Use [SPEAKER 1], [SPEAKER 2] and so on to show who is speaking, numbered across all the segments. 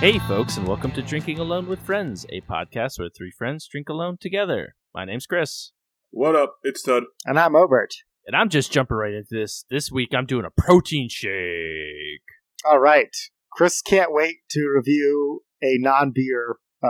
[SPEAKER 1] Hey, folks, and welcome to Drinking Alone with Friends, a podcast where three friends drink alone together. My name's Chris,
[SPEAKER 2] What up? It's Tud.
[SPEAKER 3] And I'm Obert.
[SPEAKER 1] and I'm just jumping right into this. This week, I'm doing a protein shake.
[SPEAKER 3] All right. Chris can't wait to review a non beer. Uh,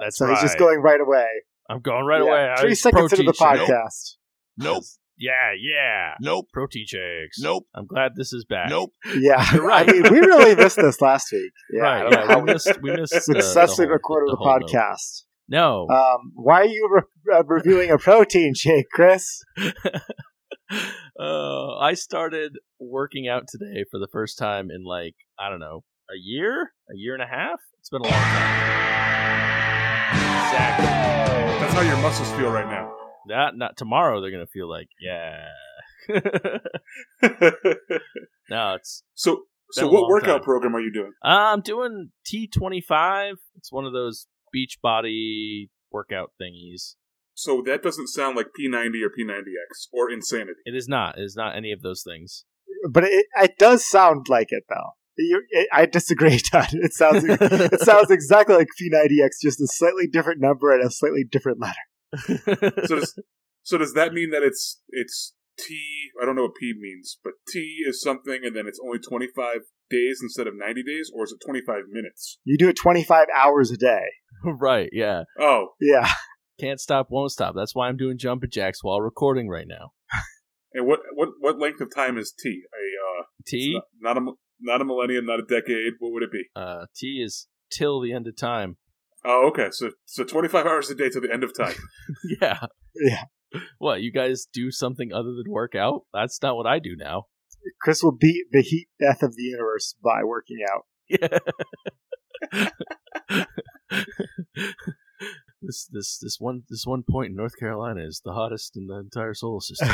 [SPEAKER 1] That's
[SPEAKER 3] so he's just
[SPEAKER 1] right.
[SPEAKER 3] going right away.
[SPEAKER 1] I'm going right
[SPEAKER 3] Yeah,
[SPEAKER 1] away. I-
[SPEAKER 3] Three seconds into
[SPEAKER 1] protein
[SPEAKER 3] the
[SPEAKER 1] shake.
[SPEAKER 3] podcast.
[SPEAKER 4] Nope.
[SPEAKER 1] Yeah, yeah.
[SPEAKER 4] Nope.
[SPEAKER 1] Protein shakes.
[SPEAKER 4] Nope.
[SPEAKER 1] I'm glad this is back.
[SPEAKER 4] Nope.
[SPEAKER 3] Yeah.
[SPEAKER 1] You're right.
[SPEAKER 3] I mean, we really missed this last week. Yeah. I
[SPEAKER 1] right.
[SPEAKER 3] don't know
[SPEAKER 1] yeah,
[SPEAKER 3] how
[SPEAKER 1] we
[SPEAKER 3] we
[SPEAKER 1] missed. We missed. the- the
[SPEAKER 3] successfully
[SPEAKER 1] whole-
[SPEAKER 3] recorded
[SPEAKER 1] the
[SPEAKER 3] a
[SPEAKER 1] whole note.
[SPEAKER 3] podcast.
[SPEAKER 1] No.
[SPEAKER 3] Um, why are you re- uh, reviewing a protein shake, Chris?
[SPEAKER 1] uh, I started working out today for the first time in like I don't know a year, a year and a half. It's been a long time. Exactly.
[SPEAKER 2] That's how your muscles feel right now.
[SPEAKER 1] Not not tomorrow. They're gonna feel like yeah. no, it's
[SPEAKER 2] so, so
[SPEAKER 1] Been a long
[SPEAKER 2] what workout
[SPEAKER 1] time.
[SPEAKER 2] program are you doing?
[SPEAKER 1] I'm doing T twenty five. It's one of those beach body workout thingies.
[SPEAKER 2] So that doesn't sound like P90 or P90X or insanity.
[SPEAKER 1] It is not. It is not any of those things.
[SPEAKER 3] But it, it does sound like it, though. You, I I disagree, Todd. It sounds it sounds exactly like P90X, just a slightly different number and a slightly different letter.
[SPEAKER 2] So does, so does that mean that it's it's T? I don't know what P means, but T is something, and then it's only 25 days instead of 90 days, or is it 25 minutes?
[SPEAKER 3] You do it 25 hours a day.
[SPEAKER 1] right? Yeah.
[SPEAKER 2] Oh,
[SPEAKER 3] Yeah.
[SPEAKER 1] Can't stop, won't stop. That's why I'm doing jumping jacks while recording right now.
[SPEAKER 2] and what what what length of time is T? A uh,
[SPEAKER 1] T.
[SPEAKER 2] it's not, not a mil- not a millennium, not a decade. What would it be?
[SPEAKER 1] Uh, T is till the end of time.
[SPEAKER 2] Oh, okay. So so 25 hours a day till the end of time.
[SPEAKER 1] Yeah.
[SPEAKER 3] Yeah.
[SPEAKER 1] What, you guys do something other than work out? That's not what I do now.
[SPEAKER 3] Chris will beat the heat death of the universe by working out.
[SPEAKER 1] Yeah. this this this one this one point in North Carolina is the hottest in the entire solar system.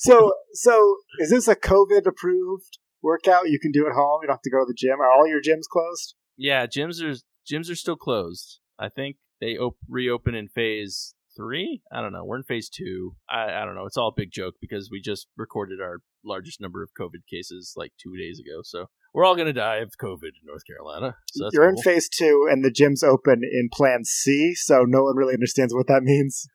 [SPEAKER 3] So, so is this a COVID approved workout you can do at home? You don't have to go to the gym. Are all your gyms closed?
[SPEAKER 1] yeah, gyms are gyms are still closed. I think they op- reopen in phase three. I don't know. We're in phase two. I, I don't know. It's all a big joke because we just recorded our largest number of COVID cases like two days ago. So we're all gonna die of COVID in North Carolina. So that's
[SPEAKER 3] You're in
[SPEAKER 1] cool.
[SPEAKER 3] phase two, and the gym's open in Plan C, so no one really understands what that means.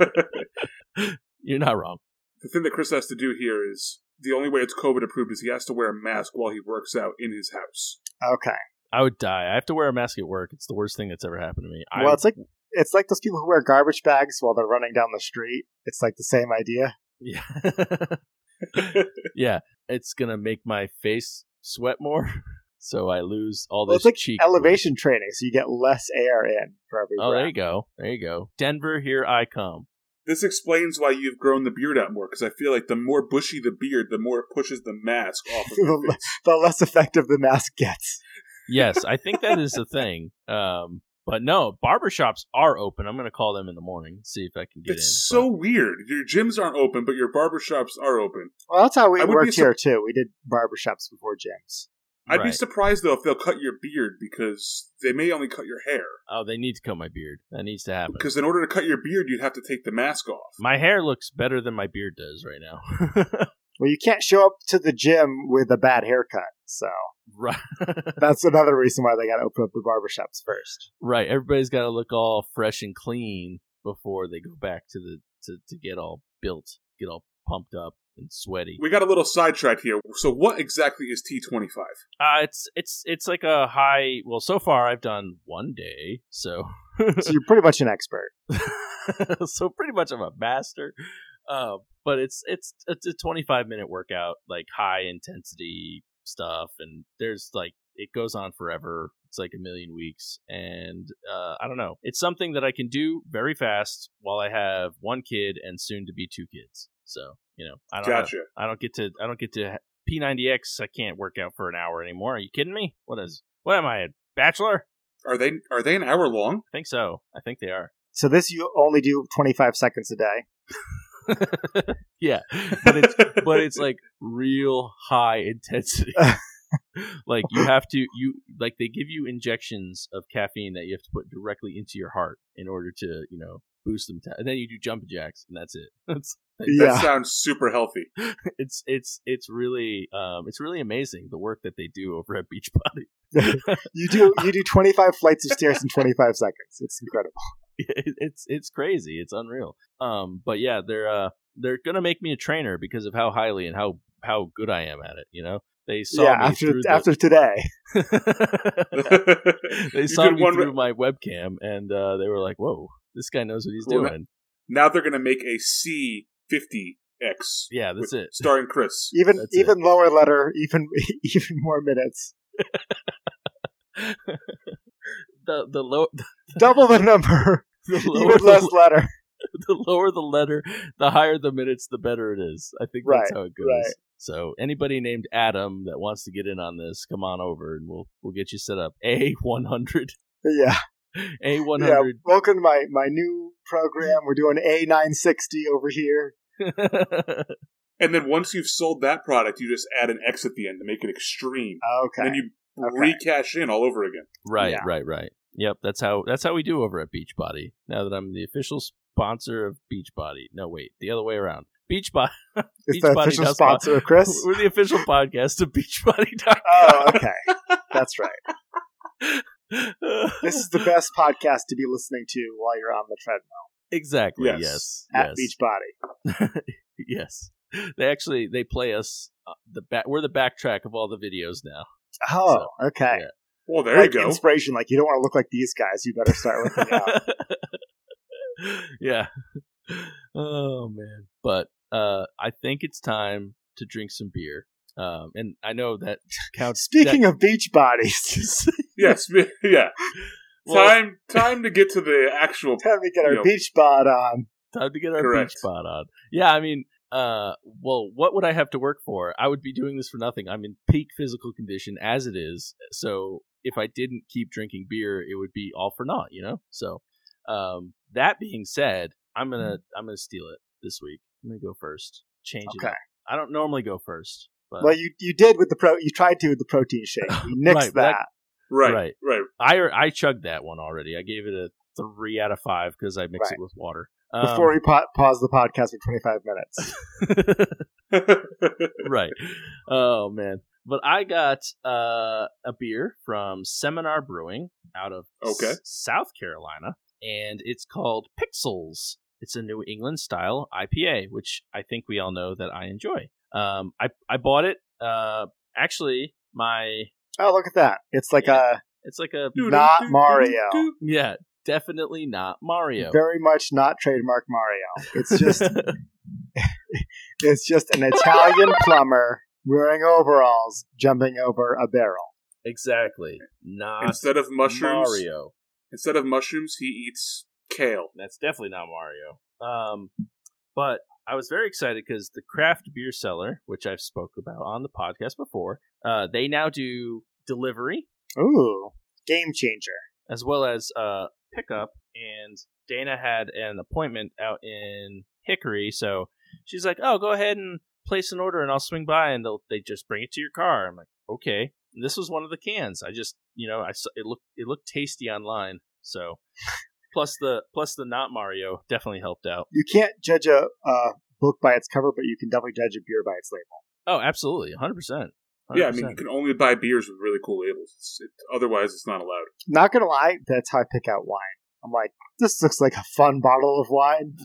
[SPEAKER 1] You're not wrong.
[SPEAKER 2] the thing that Chris has to do here is the only way it's COVID approved is he has to wear a mask while he works out in his house.
[SPEAKER 3] Okay.
[SPEAKER 1] I would die. I have to wear a mask at work. It's the worst thing that's ever happened to me. I,
[SPEAKER 3] Well, it's like it's like those people who wear garbage bags while they're running down the street. It's like the same idea.
[SPEAKER 1] yeah, yeah. It's gonna make my face sweat more, so I lose all
[SPEAKER 3] Well,
[SPEAKER 1] this
[SPEAKER 3] it's like
[SPEAKER 1] cheek.
[SPEAKER 3] elevation training, so you get less air in for every
[SPEAKER 1] Oh,
[SPEAKER 3] breath.
[SPEAKER 1] there you go. There you go. Denver, here I come.
[SPEAKER 2] This explains why you've grown the beard out more, because I feel like the more bushy the beard, the more it pushes the mask off of your
[SPEAKER 3] The
[SPEAKER 2] face.
[SPEAKER 3] the less effective the mask gets.
[SPEAKER 1] Yes, I think that is a thing. Um, but no, barbershops are open. I'm gonna call them in the morning see if I can get in.
[SPEAKER 2] It's
[SPEAKER 1] but-
[SPEAKER 2] so weird. Your gyms aren't open, but your barbershops are open.
[SPEAKER 3] Well, that's how we
[SPEAKER 2] I would be
[SPEAKER 3] worked
[SPEAKER 2] sur-
[SPEAKER 3] here too. We did barbershops before gyms.
[SPEAKER 2] I'd be
[SPEAKER 1] Right.
[SPEAKER 2] surprised, though, if they'll cut your beard, because they may only cut your hair.
[SPEAKER 1] oh, they need to cut my beard. That needs to happen.
[SPEAKER 2] Because in order to cut your beard, you'd have to take the mask off.
[SPEAKER 1] My hair looks better than my beard does right now.
[SPEAKER 3] Well, you can't show up to the gym with a bad haircut, so
[SPEAKER 1] right.
[SPEAKER 3] that's another reason why they got to open up the barbershops first.
[SPEAKER 1] Right. Everybody's got to look all fresh and clean before they go back to the to, to get all built, get all pumped up and sweaty.
[SPEAKER 2] We got a little sidetracked here. So, what exactly is T25?
[SPEAKER 1] Uh, it's it's it's like a high. Well, so far I've done one day, so
[SPEAKER 3] So you're pretty much an expert.
[SPEAKER 1] so pretty much I'm a master. Uh, but it's it's it's a 25 minute workout, like high intensity stuff, and there's like it goes on forever. It's like a million weeks, and uh, I don't know. It's something that I can do very fast while I have one kid and soon to be two kids. So you know, I don't have-
[SPEAKER 2] Gotcha.
[SPEAKER 1] I don't get to I don't get to P90X. I can't work out for an hour anymore. Are you kidding me? What is what am I a bachelor?
[SPEAKER 2] Are they are they an hour long?
[SPEAKER 1] I think so. I think they are.
[SPEAKER 3] So this you only do 25 seconds a day.
[SPEAKER 1] yeah, but it's but it's like real high intensity. like you have to you like they give you injections of caffeine that you have to put directly into your heart in order to you know boost them. ta- and then you do jumping jacks, and that's it. That's
[SPEAKER 2] That
[SPEAKER 3] yeah.
[SPEAKER 2] sounds super healthy.
[SPEAKER 1] It's it's it's really um it's really amazing the work that they do over at Beachbody.
[SPEAKER 3] You do you do 25 flights of stairs in 25 seconds. It's incredible.
[SPEAKER 1] It- it's it's crazy. It's unreal. Um, but yeah, they're uh they're gonna make me a trainer because of how highly and how how good I am at it. You know, they saw
[SPEAKER 3] yeah,
[SPEAKER 1] me
[SPEAKER 3] after
[SPEAKER 1] through
[SPEAKER 3] after today.
[SPEAKER 1] the, they
[SPEAKER 2] You
[SPEAKER 1] saw
[SPEAKER 2] did
[SPEAKER 1] me
[SPEAKER 2] one-
[SPEAKER 1] through my webcam and uh, they were like, "Whoa, this guy knows what he's
[SPEAKER 2] Well, that-
[SPEAKER 1] doing."
[SPEAKER 2] Now they're going to make a C50X.
[SPEAKER 1] Yeah, that's
[SPEAKER 2] with-
[SPEAKER 1] it.
[SPEAKER 2] Starring Chris.
[SPEAKER 3] Even
[SPEAKER 1] That's it.
[SPEAKER 3] even lower letter, even even more minutes.
[SPEAKER 1] the the low the
[SPEAKER 3] Double the number,
[SPEAKER 1] lower
[SPEAKER 3] even less
[SPEAKER 1] the,
[SPEAKER 3] letter.
[SPEAKER 1] the lower the letter, the higher the minutes, the better it is. I think that's
[SPEAKER 3] Right,
[SPEAKER 1] how it goes.
[SPEAKER 3] right.
[SPEAKER 1] So anybody named Adam that wants to get in on this, come on over and we'll we'll get you set up. A one hundred,
[SPEAKER 3] Yeah.
[SPEAKER 1] A one
[SPEAKER 3] Yeah.
[SPEAKER 1] hundred.
[SPEAKER 3] Welcome to my, my new program. We're doing A960 over here.
[SPEAKER 2] And then once you've sold that product, you just add an X at the end to make it extreme.
[SPEAKER 3] Oh,
[SPEAKER 2] And
[SPEAKER 3] Okay.
[SPEAKER 2] then you
[SPEAKER 3] Okay.
[SPEAKER 2] recash in all over again.
[SPEAKER 1] Right,
[SPEAKER 3] Yeah.
[SPEAKER 1] right, right. Yep, that's how that's how we do over at Beachbody. Now that I'm the official sponsor of Beachbody. No, wait, the other way around. Beachbody.
[SPEAKER 3] it's the
[SPEAKER 1] Beachbody
[SPEAKER 3] official
[SPEAKER 1] does
[SPEAKER 3] sponsor of Chris.
[SPEAKER 1] We're the official podcast of Beachbody.
[SPEAKER 3] Oh, okay. That's right. This
[SPEAKER 1] this
[SPEAKER 3] is the best podcast to be listening to while you're on the treadmill
[SPEAKER 1] exactly. Yes.
[SPEAKER 2] Yes.
[SPEAKER 1] Yes.
[SPEAKER 3] at Beachbody.
[SPEAKER 1] yes. They actually they play us uh, the back. We're the backtrack of all the videos now.
[SPEAKER 3] Oh, okay.
[SPEAKER 1] yeah.
[SPEAKER 2] Well, there
[SPEAKER 3] like
[SPEAKER 2] you go.
[SPEAKER 3] inspiration. Like you don't want to look like these guys. You better start working out.
[SPEAKER 1] yeah. Oh man. But uh, I think it's time to drink some beer. Um, and I know that counts.
[SPEAKER 3] Speaking of beach bodies,
[SPEAKER 2] yes. Yeah.
[SPEAKER 1] Well-
[SPEAKER 2] time time to get to the actual.
[SPEAKER 3] time to get our
[SPEAKER 2] Yep.
[SPEAKER 3] beach bod on.
[SPEAKER 1] Time to get our
[SPEAKER 2] Correct.
[SPEAKER 1] beach spot on. Yeah, I mean, uh, well, what would I have to work for? I would be doing this for nothing. I'm in peak physical condition as it is, so if I didn't keep drinking beer, it would be all for naught, you know. So, um, that being said, I'm gonna I'm gonna steal it this week. I'm gonna go first. Change it.
[SPEAKER 3] Mm-hmm. Okay.
[SPEAKER 1] up. I don't normally go first, but
[SPEAKER 3] Well, you you did with the pro. You tried to with the protein shake. You nixed
[SPEAKER 1] Right, but
[SPEAKER 3] that.
[SPEAKER 1] that-
[SPEAKER 2] Right.
[SPEAKER 1] Right.
[SPEAKER 2] Right.
[SPEAKER 1] I er, I chugged that one already. I gave it a three out of five because I mixed
[SPEAKER 3] Right.
[SPEAKER 1] it with water. um,
[SPEAKER 3] Before we pa- pause the podcast for 25 minutes.
[SPEAKER 1] we. Uh, right. Oh man. But I got uh, a beer from Seminar Brewing out of
[SPEAKER 2] Okay.
[SPEAKER 1] S- South Carolina, and it's called Pixels. It's a New England style IPA, which I think we all know that I enjoy. Um, I I bought it. Uh, actually, my
[SPEAKER 3] Oh, look at that. It's like a
[SPEAKER 1] it's like a
[SPEAKER 3] Not Mario.
[SPEAKER 1] yeah, definitely not Mario.
[SPEAKER 3] very much not trademark Mario. It's just it's just an Italian plumber wearing overalls jumping over a barrel.
[SPEAKER 1] exactly not
[SPEAKER 2] Instead of mushrooms,
[SPEAKER 1] Mario.
[SPEAKER 2] instead of mushrooms, he eats kale.
[SPEAKER 1] That's definitely not Mario. Um, but I was very excited because the craft beer seller, which I've spoke about on the podcast before, uh, they now do delivery
[SPEAKER 3] Ooh, game changer.
[SPEAKER 1] as well as uh, pickup. And Dana had an appointment out in Hickory, so she's like, "Oh, go ahead and place an order, and I'll swing by, and they'll they just bring it to your car." I'm like, "Okay." And this was one of the cans. I just, you know, I saw, it looked it looked tasty online, so. Plus the plus the not Mario definitely helped out.
[SPEAKER 3] You can't judge a uh, book by its cover, but you can definitely judge a beer by its label.
[SPEAKER 1] Oh, absolutely, hundred percent.
[SPEAKER 2] Yeah, I mean, you can only buy beers with really cool labels. It's, it, otherwise, it's not allowed.
[SPEAKER 3] Not gonna lie, that's how I pick out wine. I'm like, this looks like a fun bottle of wine.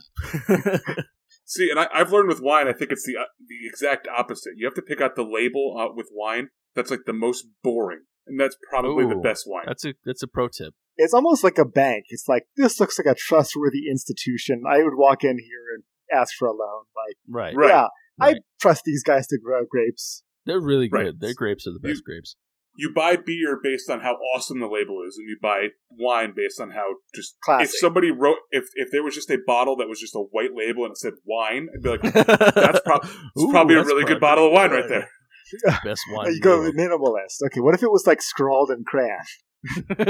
[SPEAKER 2] See, and I, I've learned with wine, I think it's the uh, the exact opposite. You have to pick out the label uh, with wine that's like the most boring, and that's probably the
[SPEAKER 1] Ooh,
[SPEAKER 2] best wine.
[SPEAKER 1] that's a that's a pro tip.
[SPEAKER 3] It's almost like a bank. It's like this looks like a trustworthy institution. I would walk in here and ask for a loan. Like,
[SPEAKER 1] Right,
[SPEAKER 2] Right.
[SPEAKER 3] yeah,
[SPEAKER 1] Right.
[SPEAKER 3] I trust these guys to grow grapes.
[SPEAKER 1] they're really good.
[SPEAKER 2] Right.
[SPEAKER 1] Their grapes are the best grapes.
[SPEAKER 2] You buy beer based on how awesome the label is, and you buy wine based on how just.
[SPEAKER 3] Classic.
[SPEAKER 2] If somebody wrote, if if there was just a bottle that was just a white label and it said wine, I'd be like, it's
[SPEAKER 1] that's
[SPEAKER 2] prob- probably a really good bottle of wine right there.
[SPEAKER 1] Best
[SPEAKER 3] Oh,
[SPEAKER 1] wine.
[SPEAKER 3] you go with minimalist. Okay, what if it was like scrawled in crayon?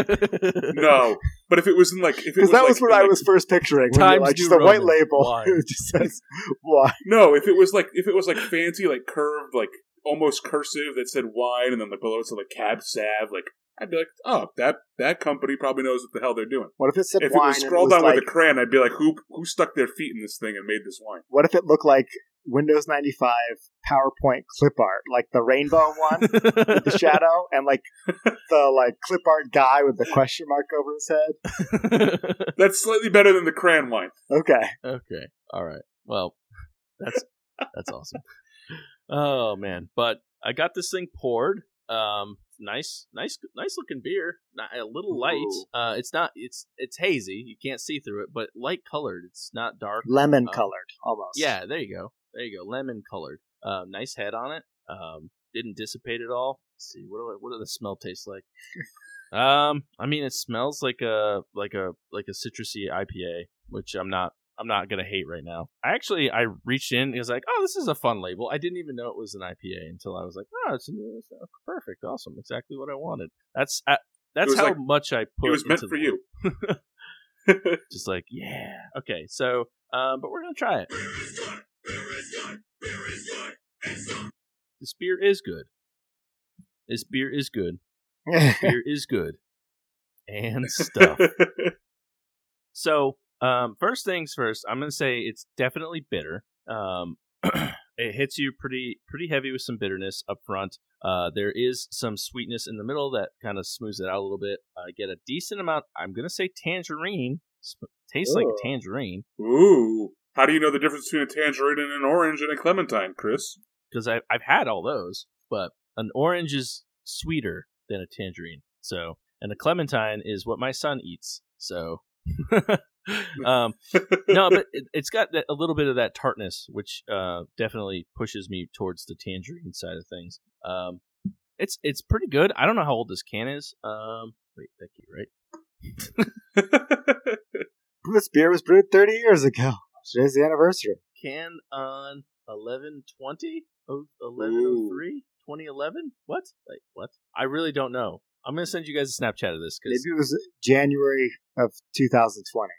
[SPEAKER 2] No, but if it was in like, if it
[SPEAKER 3] Because that
[SPEAKER 2] like,
[SPEAKER 3] was what
[SPEAKER 2] in,
[SPEAKER 3] I
[SPEAKER 2] like,
[SPEAKER 3] was first picturing. When you're
[SPEAKER 1] Times
[SPEAKER 3] like, just
[SPEAKER 1] New
[SPEAKER 3] a white
[SPEAKER 1] Roman.
[SPEAKER 3] label.
[SPEAKER 1] Wine.
[SPEAKER 3] It just says wine.
[SPEAKER 2] No, if it was like if it was like fancy, like curved, like almost cursive that said wine, and then like below it said like cab sav, like I'd be like, oh, that that company probably knows what the hell they're doing.
[SPEAKER 3] What if it said
[SPEAKER 2] If it
[SPEAKER 3] wine?
[SPEAKER 2] was
[SPEAKER 3] and
[SPEAKER 2] scrolled down
[SPEAKER 3] like,
[SPEAKER 2] with a crayon, I'd be like, who who stuck their feet in this thing and made this wine?
[SPEAKER 3] What if it looked like Windows 95 PowerPoint clip art, like the rainbow one, the shadow, and like the like clip art guy with the question mark over his head?
[SPEAKER 2] That's slightly better than the crayon wine.
[SPEAKER 3] Okay,
[SPEAKER 1] okay. All right. Well, that's that's awesome. Oh man, but I got this thing poured. Um, nice, nice, nice looking beer. Not a little light.
[SPEAKER 3] Ooh.
[SPEAKER 1] Uh, it's not. It's it's hazy. You can't see through it, but light colored. It's not dark.
[SPEAKER 3] lemon
[SPEAKER 2] Uh,
[SPEAKER 1] Oh.
[SPEAKER 3] colored almost.
[SPEAKER 1] Yeah, there you go. There you go. Lemon colored. Uh, nice head on it. Um, didn't dissipate at all. Let's see what do I, what do the smell taste like? um, I mean, it smells like a like a like a citrusy IPA, which I'm not I'm not gonna hate right now. I actually I reached in and was like, oh, this is a fun label. I didn't even know it was an IPA until I was like, oh, it's a new it's perfect, awesome, exactly what I wanted. That's uh, that's
[SPEAKER 2] was
[SPEAKER 1] how
[SPEAKER 2] like-
[SPEAKER 1] much I put.
[SPEAKER 2] It was meant
[SPEAKER 1] into
[SPEAKER 2] for
[SPEAKER 1] the-
[SPEAKER 2] you.
[SPEAKER 1] Just like yeah, okay. So, um, but we're gonna try it. This beer is good. This beer is good. Beer is good. And stuff. So, um, first things first, I'm gonna say it's definitely bitter. Um, it hits you pretty pretty heavy with some bitterness up front. Uh, there is some sweetness in the middle that kind of smooths it out a little bit. I get a decent amount. I'm gonna say tangerine. Sm- tastes like
[SPEAKER 3] Ooh.
[SPEAKER 1] a tangerine
[SPEAKER 2] Ooh. How do you know the difference between a tangerine and an orange and a clementine, Chris?
[SPEAKER 1] because I've I've had all those, but an orange is sweeter than a tangerine. So, and a clementine is what my son eats. So, um, no, but it, it's got that, a little bit of that tartness, which uh, definitely pushes me towards the tangerine side of things. Um, it's it's pretty good. I don't know how old this can is. Um, wait, that key, right?
[SPEAKER 3] this beer was brewed 30 years ago. Today's the anniversary.
[SPEAKER 1] Can on 1120? Oh,
[SPEAKER 2] Ooh.
[SPEAKER 1] 1103? 2011? What? Wait, what? I really don't know. I'm going to send you guys a Snapchat of this because
[SPEAKER 3] Maybe it was January of 2020.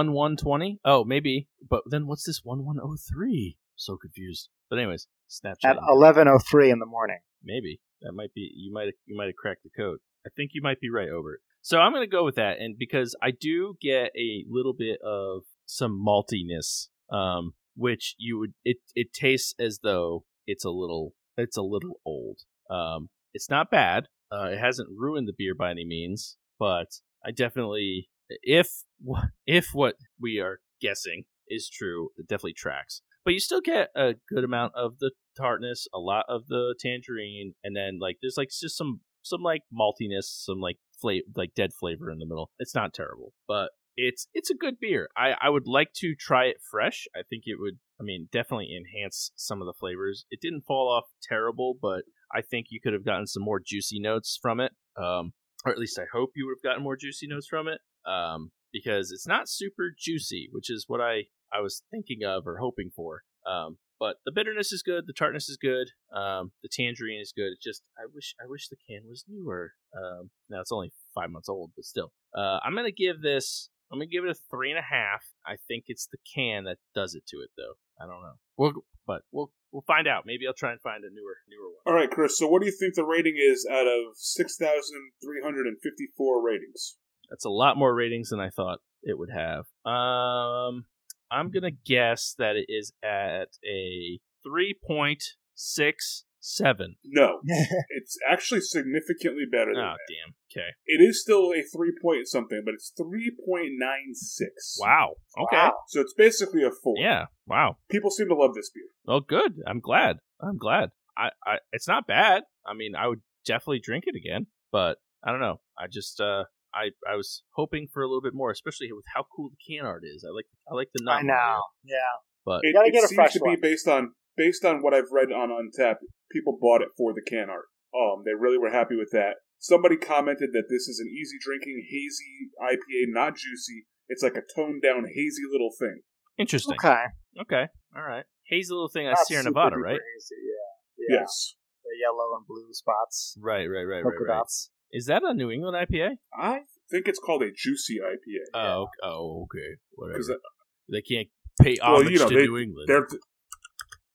[SPEAKER 1] 1120? Oh, maybe. But then what's this 1103? So confused. But anyways, Snapchat.
[SPEAKER 3] At 11:03 in the morning.
[SPEAKER 1] Maybe that might be you might you might have cracked the code. I think you might be right, Obert. So I'm going to go with that, and because I do get a little bit of some maltiness, um, which you would it it tastes as though it's a little it's a little old. Um, it's not bad. Uh, it hasn't ruined the beer by any means, but I definitely if wh- if what we are guessing is true, it definitely tracks. But you still get a good amount of the tartness, a lot of the tangerine, and then like there's like just some some like maltiness, some like flavor, like dead flavor in the middle. It's not terrible, but it's it's a good beer. I I would like to try it fresh. I think it would. I mean, definitely enhance some of the flavors. It didn't fall off terrible, but I think you could have gotten some more juicy notes from it. Um, or at least I hope you would have gotten more juicy notes from it. Um, because it's not super juicy, which is what I I was thinking of or hoping for. Um, but the bitterness is good, the tartness is good, um, the tangerine is good. It's just I wish I wish the can was newer. Um, now it's only five months old, but still, uh, I'm gonna give this. I'm gonna give it a three and a half. I think it's the can that does it to it, though. I don't know. We'll, but we'll we'll find out. Maybe I'll try and find a newer newer one.
[SPEAKER 2] All right, Chris. So, what do you think the rating is out of six thousand three hundred and fifty-four ratings?
[SPEAKER 1] That's a lot more ratings than I thought it would have. Um, I'm gonna guess that it is at a three point six seven.
[SPEAKER 2] No, it's actually significantly better.
[SPEAKER 1] Oh
[SPEAKER 2] Than
[SPEAKER 1] damn. Okay.
[SPEAKER 2] It is still a three point something, but it's three point nine six.
[SPEAKER 1] Wow. Okay.
[SPEAKER 3] Wow.
[SPEAKER 2] So it's basically a four.
[SPEAKER 1] Yeah. Wow.
[SPEAKER 2] People seem to love this beer.
[SPEAKER 1] Well, good. I'm glad. I'm glad. I, I. It's not bad. I mean, I would definitely drink it again, but I don't know. I just. uh I, I was hoping for a little bit more, especially with how cool the can art is. I like I like the nut.
[SPEAKER 3] I know. Yeah.
[SPEAKER 1] but
[SPEAKER 2] It,
[SPEAKER 3] gotta
[SPEAKER 2] it
[SPEAKER 3] get a
[SPEAKER 2] seems
[SPEAKER 3] fresh
[SPEAKER 2] to
[SPEAKER 3] one.
[SPEAKER 2] be based on based on what I've read on Untap. People bought it for the can art. Um, they really were happy with that. Somebody commented that this is an easy drinking, hazy IPA, not juicy. It's like a toned down, hazy little thing.
[SPEAKER 1] interesting. Okay.
[SPEAKER 3] Okay.
[SPEAKER 1] All right. Hazy little thing.
[SPEAKER 3] Not
[SPEAKER 1] That's Sierra
[SPEAKER 3] super
[SPEAKER 1] Nevada,
[SPEAKER 3] duper
[SPEAKER 1] right?
[SPEAKER 3] easy, Yeah. yeah.
[SPEAKER 2] Yes,
[SPEAKER 3] The yellow and blue spots.
[SPEAKER 1] Right. Right. Right.
[SPEAKER 3] polka
[SPEAKER 1] Right. Right.
[SPEAKER 3] dots.
[SPEAKER 1] Is that a New England IPA?
[SPEAKER 2] I think it's called a juicy IPA
[SPEAKER 1] Oh. ok- Oh. Okay.
[SPEAKER 2] because
[SPEAKER 1] Whatever. They can't pay
[SPEAKER 2] Well,
[SPEAKER 1] homage
[SPEAKER 2] you know,
[SPEAKER 1] to
[SPEAKER 2] they-
[SPEAKER 1] New England.
[SPEAKER 2] they're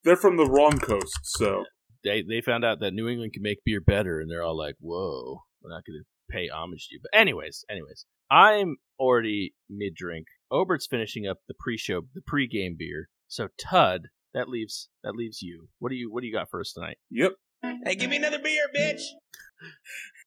[SPEAKER 2] they're from the wrong coast. So
[SPEAKER 1] they they found out that New England can make beer better, and they're all like, "Whoa, We're not going to pay homage to you. But anyways, anyways, I'm already mid drink. Obert's finishing up the pre-show, the pre-game beer. So Tud, that leaves that leaves you. What do you what do you got for us tonight?
[SPEAKER 2] Yep.
[SPEAKER 4] Hey, give me another beer, bitch.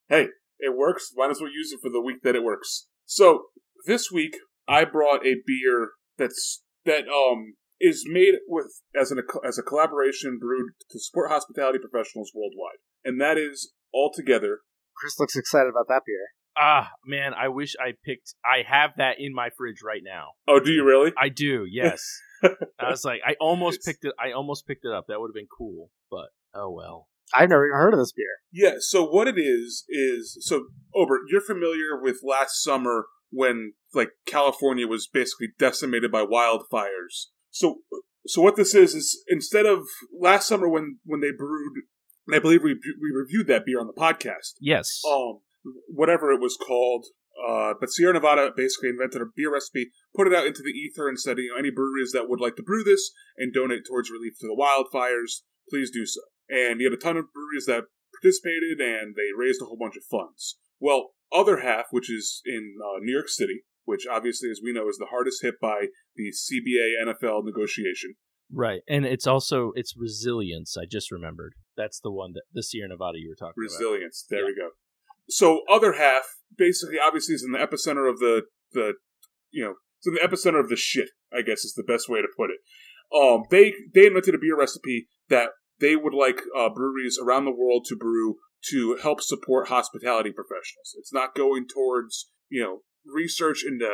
[SPEAKER 2] Hey, it works. Might as well use it for the week that it works. So this week I brought a beer that's that um is made with as an as a collaboration brewed to support hospitality professionals worldwide, and that is altogether
[SPEAKER 3] Chris looks excited about that beer.
[SPEAKER 1] Ah, man, I wish I picked. I have that in my fridge right now.
[SPEAKER 2] Oh, do you really?
[SPEAKER 1] I do. Yes. I was like, I almost picked it. I almost picked it up. That would have been cool, but oh well.
[SPEAKER 3] I've never even heard of this beer.
[SPEAKER 2] Yeah, so what it is is so Obert, you're familiar with last summer when like California was basically decimated by wildfires. So so what this is is instead of last summer when when they brewed and I believe we we reviewed that beer on the podcast.
[SPEAKER 1] Yes.
[SPEAKER 2] Um whatever it was called uh, but Sierra Nevada basically invented a beer recipe, put it out into the ether, and said, you know, any breweries that would like to brew this and donate towards relief to the wildfires, please do so. And you had a ton of breweries that participated, and they raised a whole bunch of funds. Well, other half, which is in uh, New York City, which obviously, as we know, is the hardest hit by the CBA NFL negotiation.
[SPEAKER 1] Right, and it's also it's resilience. I just remembered that's the one that the Sierra Nevada you were talking about.
[SPEAKER 2] Resilience. There we go. So other half basically obviously is in the epicenter of the the you know it's in the epicenter of the shit i guess is the best way to put it um they they invented a beer recipe that they would like uh, breweries around the world to brew to help support hospitality professionals it's not going towards you know research into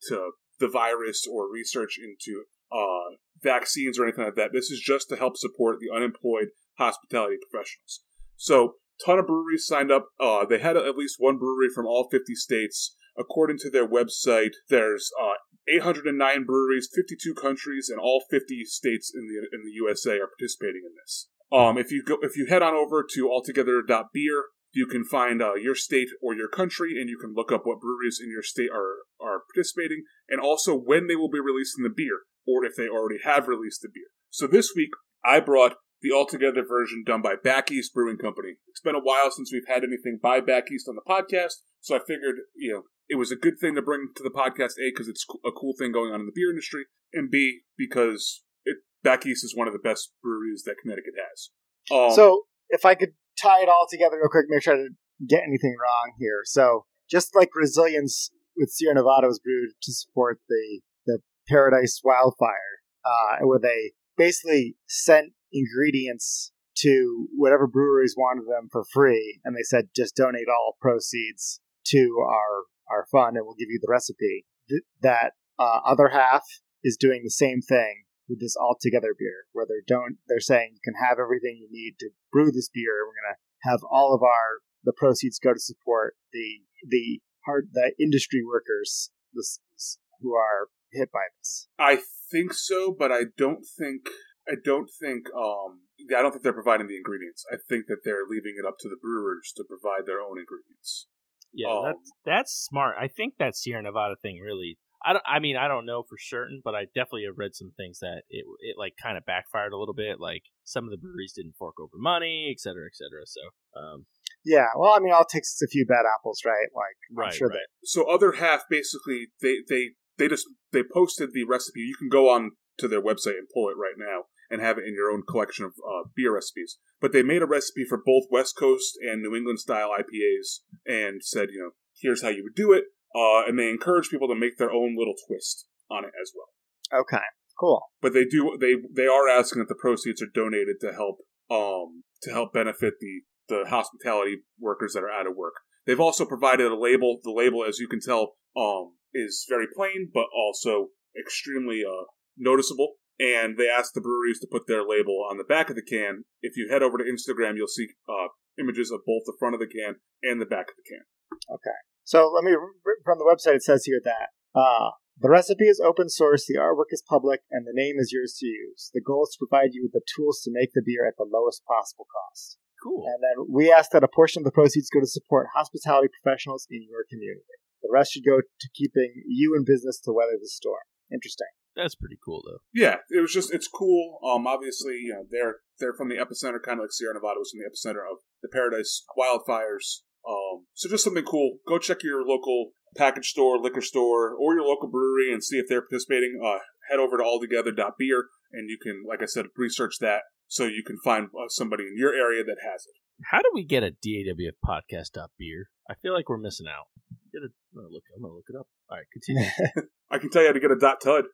[SPEAKER 2] to the virus or research into uh vaccines or anything like that this is just to help support the unemployed hospitality professionals so ton of breweries signed up. Uh, they had at least one brewery from all 50 states. According to their website, there's uh, 809 breweries, 52 countries, and all 50 states in the in the USA are participating in this. Um, if you go, if you head on over to altogether.beer, you can find uh, your state or your country, and you can look up what breweries in your state are are participating, and also when they will be releasing the beer, or if they already have released the beer. So this week, I brought the altogether version done by Back East Brewing Company. It's been a while since we've had anything by Back East on the podcast, so I figured, you know, it was a good thing to bring to the podcast, A, because it's a cool thing going on in the beer industry, and B, because it, Back East is one of the best breweries that Connecticut has. Um,
[SPEAKER 3] so, if I could tie it all together real quick, make sure I didn't get anything wrong here. So, just like Resilience with Sierra Nevada was brewed to support the, the Paradise wildfire, uh, where they basically sent ingredients to whatever breweries wanted them for free and they said just donate all proceeds to our our fund and we'll give you the recipe Th- that uh, other half is doing the same thing with this all together beer where they don't they're saying you can have everything you need to brew this beer we're going to have all of our the proceeds go to support the the hard the industry workers this, who are hit by this
[SPEAKER 2] I think so, but I don't think I don't think um I don't think they're providing the ingredients. I think that they're leaving it up to the brewers to provide their own ingredients.
[SPEAKER 1] Yeah,
[SPEAKER 2] Um,
[SPEAKER 3] oh.
[SPEAKER 1] that's that's smart. I think that Sierra Nevada thing really. I don't. I mean, I don't know for certain, but I definitely have read some things that it it like kind of backfired a little bit. Like some of the breweries didn't fork over money, et cetera, et cetera. So, um,
[SPEAKER 3] yeah well i mean all it takes is a few bad apples right like
[SPEAKER 1] right,
[SPEAKER 3] sure
[SPEAKER 1] right.
[SPEAKER 2] So other half basically they they they just they posted the recipe. You can go on to their website and pull it right now and have it in your own collection of uh, beer recipes. But they made a recipe for both West Coast and New England style IPAs and said, you know, here's how you would do it. Uh, and they encourage people to make their own little twist on it as well.
[SPEAKER 3] okay cool
[SPEAKER 2] but they do they they are asking that the proceeds are donated to help um to help benefit the the hospitality workers that are out of work. They've also provided a label. The label, as you can tell, um, is very plain but also extremely uh, noticeable. And they asked the breweries to put their label on the back of the can. If you head over to Instagram, you'll see uh, images of both the front of the can and the back of the can.
[SPEAKER 3] So let me from the website. It says here that uh, the recipe is open source, the artwork is public, and the name is yours to use. The goal is to provide you with the tools to make the beer at the lowest possible cost.
[SPEAKER 1] cool.
[SPEAKER 3] And then we ask that a portion of the proceeds go to support hospitality professionals in your community. The rest should go to keeping you in business to weather the storm. Interesting.
[SPEAKER 1] That's pretty cool though.
[SPEAKER 2] Yeah, it was just it's cool. Um, obviously, you know they're they're from the epicenter, kind of like Sierra Nevada was from the epicenter of the Paradise wildfires, Um, so just something cool. Go check your local package store, liquor store, or your local brewery and see if they're participating. Uh, head over to alltogether.beer and you can, like I said, research that so you can find uh, somebody in your area that has it.
[SPEAKER 1] How do we get a DAWF podcast up beer? I feel like we're missing out. Get a, I'm gonna look. I'm gonna look it up. All right, continue.
[SPEAKER 2] I can tell you how to get a dot tud.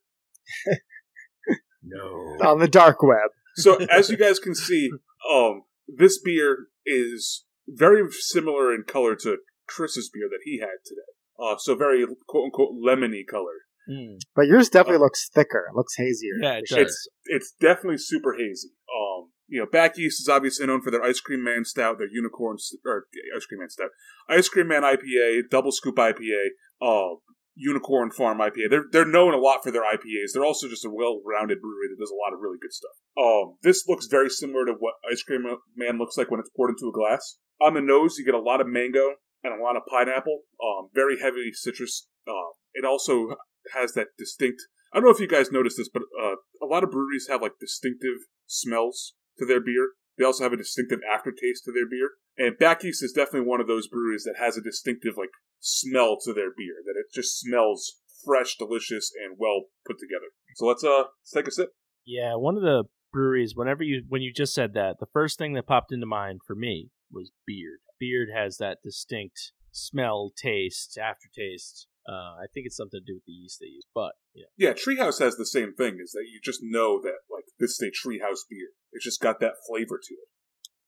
[SPEAKER 1] no.
[SPEAKER 3] on the dark web.
[SPEAKER 2] So as you guys can see, um, this beer is very similar in color to Chris's beer that he had today. Uh, so very quote unquote lemony color.
[SPEAKER 1] Hmm.
[SPEAKER 3] But yours definitely looks thicker. It looks hazier.
[SPEAKER 1] Yeah, it does.
[SPEAKER 2] It's it's definitely super hazy. Um, you know, back east is obviously known for their ice cream man stout, their unicorn s- or yeah, ice cream man stout, ice cream man IPA, double scoop IPA, uh, unicorn farm IPA. They're they're known a lot for their IPAs. They're also just a well-rounded brewery that does a lot of really good stuff. Um, this looks very similar to what ice cream man looks like when it's poured into a glass. On the nose, you get a lot of mango and a lot of pineapple. Um, very heavy citrus. Um, it also has that distinct I don't know if you guys noticed this, but uh, a lot of breweries have like distinctive smells to their beer. They also have a distinctive aftertaste to their beer. And Back East is definitely one of those breweries that has a distinctive like smell to their beer that it just smells fresh, delicious, and well put together. So let's uh let's take a sip.
[SPEAKER 1] Yeah, one of the breweries. Whenever you when you just said that, the first thing that popped into mind for me was Beard. Beard has that distinct smell, taste, aftertaste. Uh, I think it's something to do with the yeast they use, but yeah,
[SPEAKER 2] Yeah, Treehouse has the same thing. Is that you just know that like this is a Treehouse beer. It's just got that flavor to it.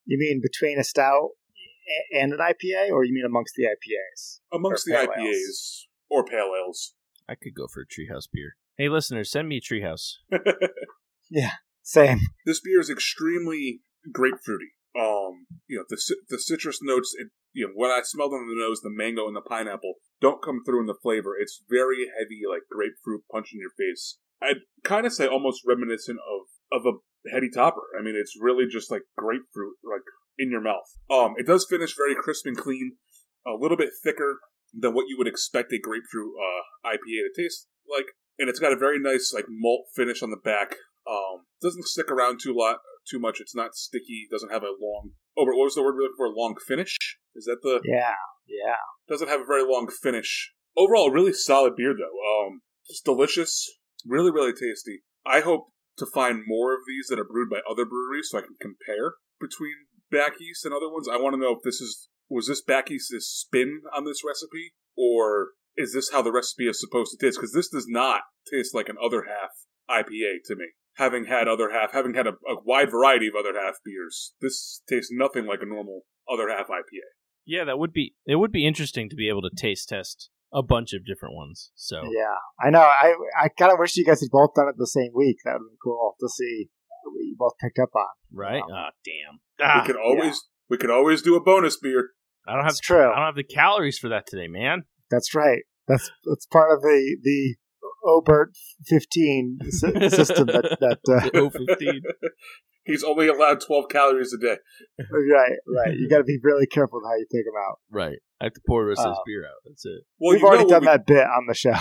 [SPEAKER 3] You mean between a stout a- and an IPA, or you mean amongst the IPAs?
[SPEAKER 2] Amongst
[SPEAKER 3] Or
[SPEAKER 2] the
[SPEAKER 3] pale
[SPEAKER 2] IPAs
[SPEAKER 3] ales.
[SPEAKER 2] or pale ales.
[SPEAKER 1] I could go for a Treehouse beer. Hey, listeners, send me a Treehouse.
[SPEAKER 3] Same.
[SPEAKER 2] this beer is extremely grapefruity. Um, you know the ci- the citrus notes. It, you know what I smelled on the nose, the mango and the pineapple don't come through in the flavor. It's very heavy, like grapefruit punch in your face. I'd kind of say almost reminiscent of of a heady topper. I mean, it's really just like grapefruit, like in your mouth. Um, it does finish very crisp and clean, a little bit thicker than what you would expect a grapefruit uh, IPA to taste like, and it's got a very nice like malt finish on the back. Um, doesn't stick around too lot too much. It's not sticky. Doesn't have a long. Oh, but what was the word we were looking for? Long finish. Is that the?
[SPEAKER 3] Yeah. Yeah.
[SPEAKER 2] Doesn't have a very long finish. Overall, a really solid beer though. Um, just delicious. Really, really tasty. I hope to find more of these that are brewed by other breweries so I can compare between back east and other ones. I want to know if this is was this back east's spin on this recipe or is this how the recipe is supposed to taste? Because this does not taste like an other half IPA to me. Having had other half, having had a, a wide variety of other half beers, this tastes nothing like a normal other half IPA.
[SPEAKER 1] Yeah, that would be it. Would be interesting to be able to taste test a bunch of different ones. So
[SPEAKER 3] Yeah. I know. I I kind of wish you guys had both done it the same week. That would have been cool to see what you both picked up on.
[SPEAKER 1] right,
[SPEAKER 3] Wow.
[SPEAKER 1] ah, damn,
[SPEAKER 2] we
[SPEAKER 1] ah,
[SPEAKER 2] could always we could always do a bonus beer.
[SPEAKER 1] I don't have
[SPEAKER 3] That's true.
[SPEAKER 1] I don't have the calories for that today, man.
[SPEAKER 3] That's right. That's that's part of the the Obert fifteen sy- system that that uh,
[SPEAKER 1] Oh, 15.
[SPEAKER 2] He's only allowed twelve calories a day.
[SPEAKER 3] right right. You got to be really careful with how you take them out.
[SPEAKER 1] right. I have to pour the rest of this
[SPEAKER 3] Oh.
[SPEAKER 1] beer out. That's it.
[SPEAKER 2] Well,
[SPEAKER 3] We've
[SPEAKER 2] you
[SPEAKER 3] already
[SPEAKER 2] know
[SPEAKER 3] done
[SPEAKER 2] what we,
[SPEAKER 3] that bit on the show.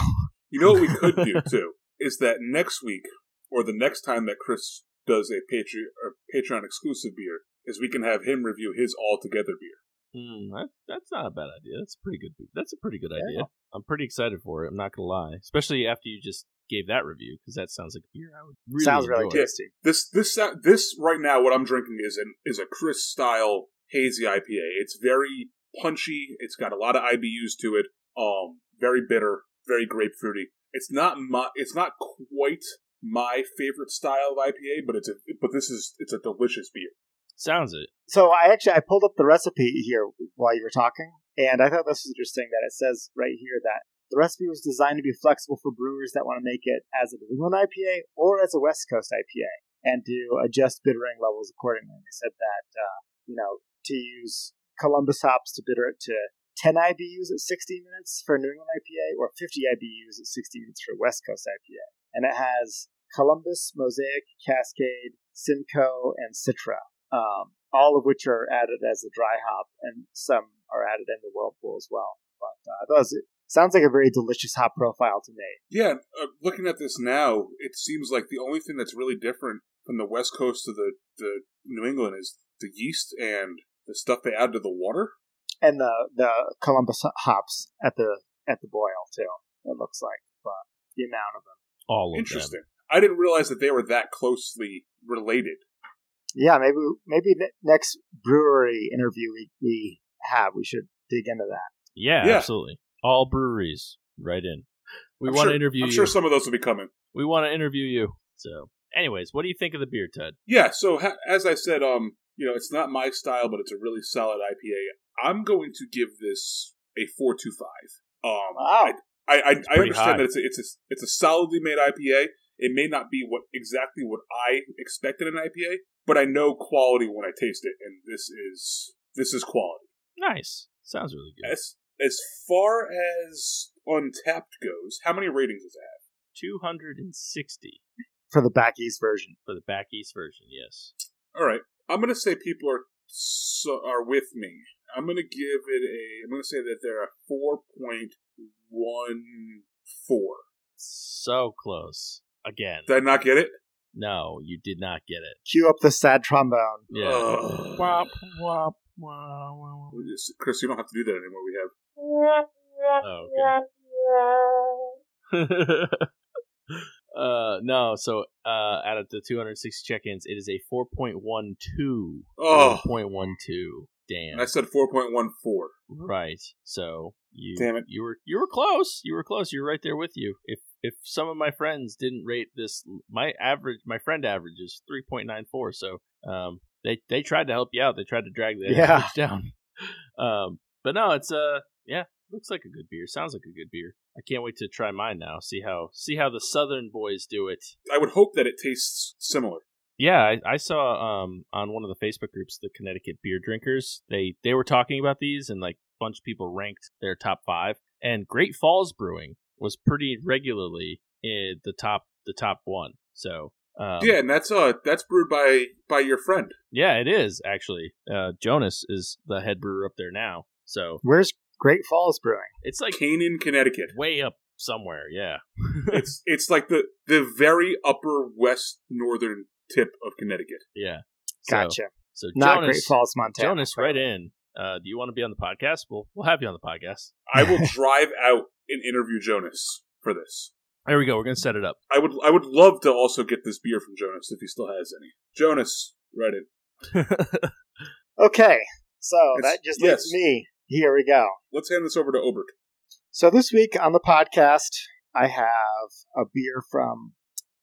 [SPEAKER 2] You know what we could do too is that next week or the next time that Chris does a Patreon or Patreon exclusive beer is we can have him review his altogether beer.
[SPEAKER 1] Mm, that, that's not a bad idea. That's a pretty good. That's a pretty good idea. I'm pretty excited for it. I'm not gonna lie, especially after you just gave that review because that sounds like a beer I would really
[SPEAKER 3] Sounds really
[SPEAKER 1] enjoy.
[SPEAKER 3] tasty.
[SPEAKER 2] This this sou- this right now what I'm drinking is an is a Chris style hazy IPA. It's very punchy. It's got a lot of IBUs to it. Um, very bitter, very grapefruity. It's not my it's not quite my favorite style of IPA, but it's a but this is it's a delicious beer.
[SPEAKER 1] Sounds it.
[SPEAKER 3] So I actually I pulled up the recipe here while you were talking, and I thought this was interesting that it says right here that the recipe was designed to be flexible for brewers that want to make it as a New England IPA or as a West Coast IPA, and to adjust bittering levels accordingly. They said that uh, you know to use Columbus hops to bitter it to 10 IBUs at 60 minutes for New England IPA or 50 IBUs at 60 minutes for West Coast IPA, and it has Columbus, Mosaic, Cascade, Simcoe, and Citra um, all of which are added as a dry hop, and some are added in the whirlpool as well. But uh, those it sounds like a very delicious hop profile to me.
[SPEAKER 2] Yeah, uh, looking at this now, it seems like the only thing that's really different from the West Coast to the, the New England is the yeast and the stuff they add to the water.
[SPEAKER 3] and the the Columbus hops at the at the boil too. It looks like, but the amount of them.
[SPEAKER 1] All of them.
[SPEAKER 2] Interesting. I didn't realize that they were that closely related.
[SPEAKER 3] Yeah, maybe maybe ne- next brewery interview we, we have we should dig into that.
[SPEAKER 1] Yeah,
[SPEAKER 2] Yeah.
[SPEAKER 1] absolutely. All breweries, right in. We
[SPEAKER 2] I'm
[SPEAKER 1] want to
[SPEAKER 2] sure-
[SPEAKER 1] interview
[SPEAKER 2] I'm
[SPEAKER 1] you.
[SPEAKER 2] sure some of those will be coming.
[SPEAKER 1] we want to interview you. So, anyways, what do you think of the beer, Ted?
[SPEAKER 2] Yeah. So ha- as I said, um, you know, it's not my style, but it's a really solid IPA. I'm going to give this a four two five. Um,
[SPEAKER 3] Wow.
[SPEAKER 2] I I, I
[SPEAKER 1] pretty
[SPEAKER 2] understand
[SPEAKER 1] high.
[SPEAKER 2] that it's a, it's a it's a solidly made IPA. It may not be what exactly what I expected in an IPA, but I know quality when I taste it, and this is this is quality.
[SPEAKER 1] Nice. Sounds really good.
[SPEAKER 2] As as far as Untapped goes, how many ratings does it have?
[SPEAKER 1] 260
[SPEAKER 3] For the back east version.
[SPEAKER 1] for the back east version, yes.
[SPEAKER 2] All right, I'm gonna say people are so, are with me. I'm gonna give it a. I'm gonna say that they're a four point one four.
[SPEAKER 1] So close. Again.
[SPEAKER 2] Did I not get it?
[SPEAKER 1] No, you did not get it.
[SPEAKER 3] Cue up the sad trombone.
[SPEAKER 1] Yeah.
[SPEAKER 2] Ugh.
[SPEAKER 1] Womp, womp, womp, womp.
[SPEAKER 2] We just- Chris, you don't have to do that anymore. We have
[SPEAKER 1] Oh, okay. uh, no, so uh, out of the 260 check ins, it is a 4.12.
[SPEAKER 2] oh,
[SPEAKER 1] 4.12. Damn.
[SPEAKER 2] and I said four point one four.
[SPEAKER 1] Right. So you
[SPEAKER 2] Mm-hmm. Damn it.
[SPEAKER 1] you were you were close. You were close. You were right there with you. If if some of my friends didn't rate this my average my friend average is 3.94 so um they they tried to help you out. They tried to drag the
[SPEAKER 3] Yeah.
[SPEAKER 1] average down. Um but no, it's uh yeah, looks like a good beer. Sounds like a good beer. I can't wait to try mine now. See how see how the southern boys do it.
[SPEAKER 2] I would hope that it tastes similar.
[SPEAKER 1] Yeah, I, I saw um on one of the Facebook groups the Connecticut beer drinkers. They they were talking about these and like a bunch of people ranked their top five. And Great Falls Brewing was pretty regularly in the top the top one. So um,
[SPEAKER 2] yeah, and that's uh that's brewed by by your friend.
[SPEAKER 1] yeah, it is actually. Uh, Jonas is the head brewer up there now. So
[SPEAKER 3] Where's Great Falls Brewing?
[SPEAKER 1] it's like
[SPEAKER 2] Canaan, Connecticut.
[SPEAKER 1] way up somewhere. Yeah,
[SPEAKER 2] It's it's like the the very upper west northern tip of Connecticut.
[SPEAKER 1] yeah. So-
[SPEAKER 3] Gotcha.
[SPEAKER 1] So,
[SPEAKER 3] Not
[SPEAKER 1] Jonas,
[SPEAKER 3] Great Falls, Montana.
[SPEAKER 1] Jonas, right in. Uh, do you want to be on the podcast? We'll we'll have you on the podcast.
[SPEAKER 2] I will drive out and interview Jonas for this.
[SPEAKER 1] There we go. We're gonna set it up.
[SPEAKER 2] I would I would love to also get this beer from Jonas if he still has any. Jonas, read it.
[SPEAKER 3] Okay, so
[SPEAKER 2] It's-
[SPEAKER 3] that just
[SPEAKER 2] yes.
[SPEAKER 3] leaves me. Here we go.
[SPEAKER 2] Let's hand this over to Obert.
[SPEAKER 3] So this week on the podcast, I have a beer from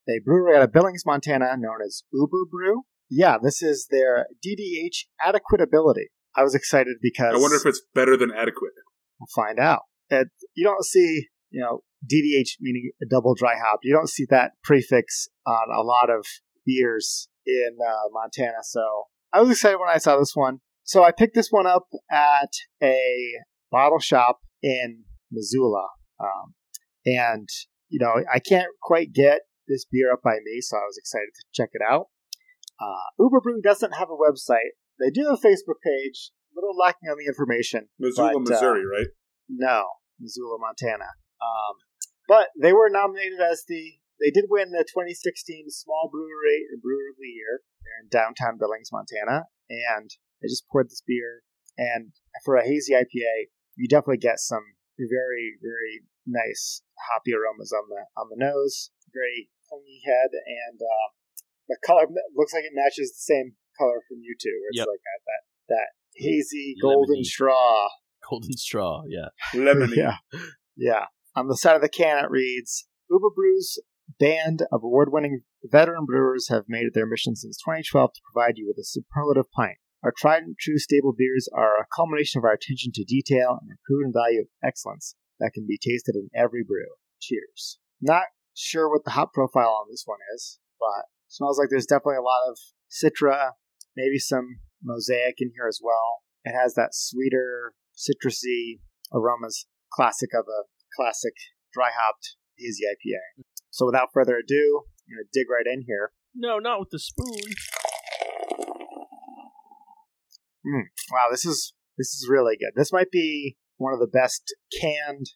[SPEAKER 3] a brewery out of Billings, Montana, known as Uber Brew. Yeah, this is their DDH adequate ability. I was excited because
[SPEAKER 2] I wonder if it's better than adequate.
[SPEAKER 3] we'll find out. It, you don't see, you know, DDH meaning a double dry hop. You don't see that prefix on a lot of beers in uh, Montana. So I was excited when I saw this one. So I picked this one up at a bottle shop in Missoula, um, and you know I can't quite get this beer up by me, so I was excited to check it out. Uh, Uber Brew doesn't have a website. They do have a Facebook page. A little lacking on the information.
[SPEAKER 2] Missoula,
[SPEAKER 3] but, uh,
[SPEAKER 2] Missouri, right?
[SPEAKER 3] no, Missoula, Montana. Um, but they were nominated as the. They did win the 2016 Small Brewery Brewer of the Year. They're in downtown Billings, Montana, and I just poured this beer. And for a hazy IPA, you definitely get some very, very nice hoppy aromas on the on the nose. Very clingy head, and uh, the color ma- looks like it matches the same color from you two. Where it's
[SPEAKER 1] Yep.
[SPEAKER 3] like that, that that hazy golden
[SPEAKER 1] Lemony.
[SPEAKER 3] straw.
[SPEAKER 1] Golden straw. Yeah.
[SPEAKER 2] Lemony.
[SPEAKER 3] Yeah. Yeah. On the side of the can, it reads Uber Brew's band of award winning veteran brewers have made it their mission since 2012 to provide you with a superlative pint. Our tried and true stable beers are a culmination of our attention to detail and our proven value of excellence that can be tasted in every brew. Cheers. Not sure what the hop profile on this one is, but smells like there's definitely a lot of citra, maybe some mosaic in here as well. It has that sweeter, citrusy aromas classic of a classic dry hopped hazy IPA. So without further ado, I'm gonna dig right in here.
[SPEAKER 1] No, not with the spoon.
[SPEAKER 3] Wow, this is this is really good. This might be one of the best canned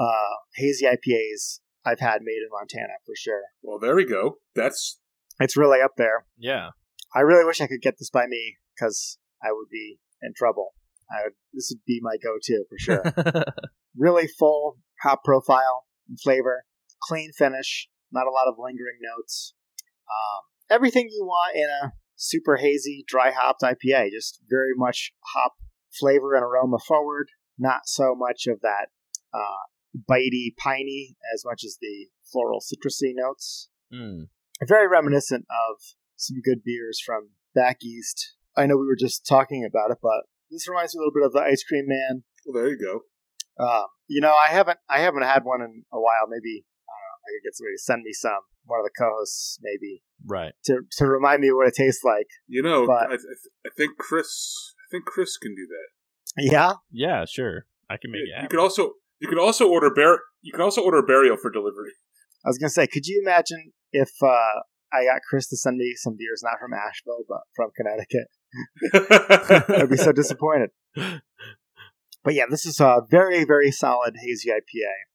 [SPEAKER 3] uh, hazy IPAs I've had made in Montana for sure.
[SPEAKER 2] Well, there we go. That's
[SPEAKER 3] It's really up there.
[SPEAKER 1] Yeah.
[SPEAKER 3] I really wish I could get this by me because I would be in trouble. I would, this would be my go-to for sure. really full hop profile and flavor, clean finish, not a lot of lingering notes. Um, everything you want in a super hazy, dry hopped IPA, just very much hop flavor and aroma forward, not so much of that uh, bitey, piney, as much as the floral citrusy notes.
[SPEAKER 1] Mm.
[SPEAKER 3] Very reminiscent of some good beers from back east. I know we were just talking about it, but this reminds me a little bit of the Ice Cream Man
[SPEAKER 2] Well, there you go.
[SPEAKER 3] um, you know, I haven't I haven't had one in a while. Maybe I don't know. I could get somebody to send me some. One of the co-hosts, maybe
[SPEAKER 1] Right.
[SPEAKER 3] to to remind me what it tastes like.
[SPEAKER 2] You know,
[SPEAKER 3] But-
[SPEAKER 2] I, I, th- I think Chris, I think Chris can do that.
[SPEAKER 3] Yeah,
[SPEAKER 1] Yeah, sure. I can make it
[SPEAKER 2] you
[SPEAKER 1] happen.
[SPEAKER 2] could also you could also order bur- you could also order burial for delivery.
[SPEAKER 3] I was gonna say, could you imagine if uh, I got Chris to send me some beers not from Asheville but from Connecticut? I'd be so disappointed. But yeah, this is a very very solid hazy IPA.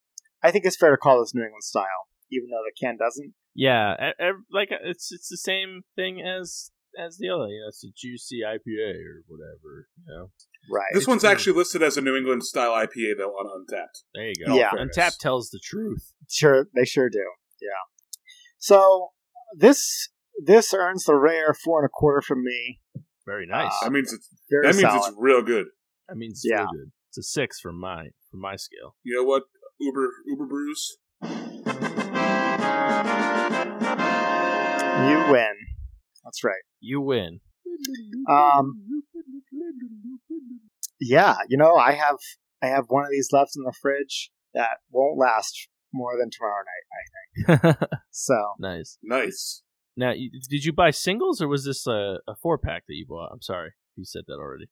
[SPEAKER 3] I think it's fair to call this New England style, even though the can doesn't.
[SPEAKER 1] yeah, e- e- like it's it's the same thing as as the other. You know, it's a juicy IPA or whatever. You know,
[SPEAKER 3] Right.
[SPEAKER 2] this one's actually listed as a New England style IPA though on Untapped.
[SPEAKER 1] there you
[SPEAKER 3] go.
[SPEAKER 1] go.
[SPEAKER 3] Yeah.
[SPEAKER 1] Untapped tells the truth.
[SPEAKER 3] Sure, they sure do. Yeah. So this this earns the rare four and a quarter from me.
[SPEAKER 1] Very nice.
[SPEAKER 3] Uh,
[SPEAKER 2] That means it's
[SPEAKER 3] Very
[SPEAKER 2] that means
[SPEAKER 3] solid.
[SPEAKER 2] it's real good.
[SPEAKER 1] that means it's
[SPEAKER 3] yeah.
[SPEAKER 1] really good. It's a six from my from my scale.
[SPEAKER 2] You know what? Uber Uber brews.
[SPEAKER 3] you win. That's right.
[SPEAKER 1] You win.
[SPEAKER 3] Um, Yeah, you know I have I have one of these left in the fridge that won't last more than tomorrow night. So
[SPEAKER 1] nice.
[SPEAKER 2] Nice.
[SPEAKER 1] Now, you, did you buy singles or was this a, a four pack that you bought? I'm sorry, you said that already.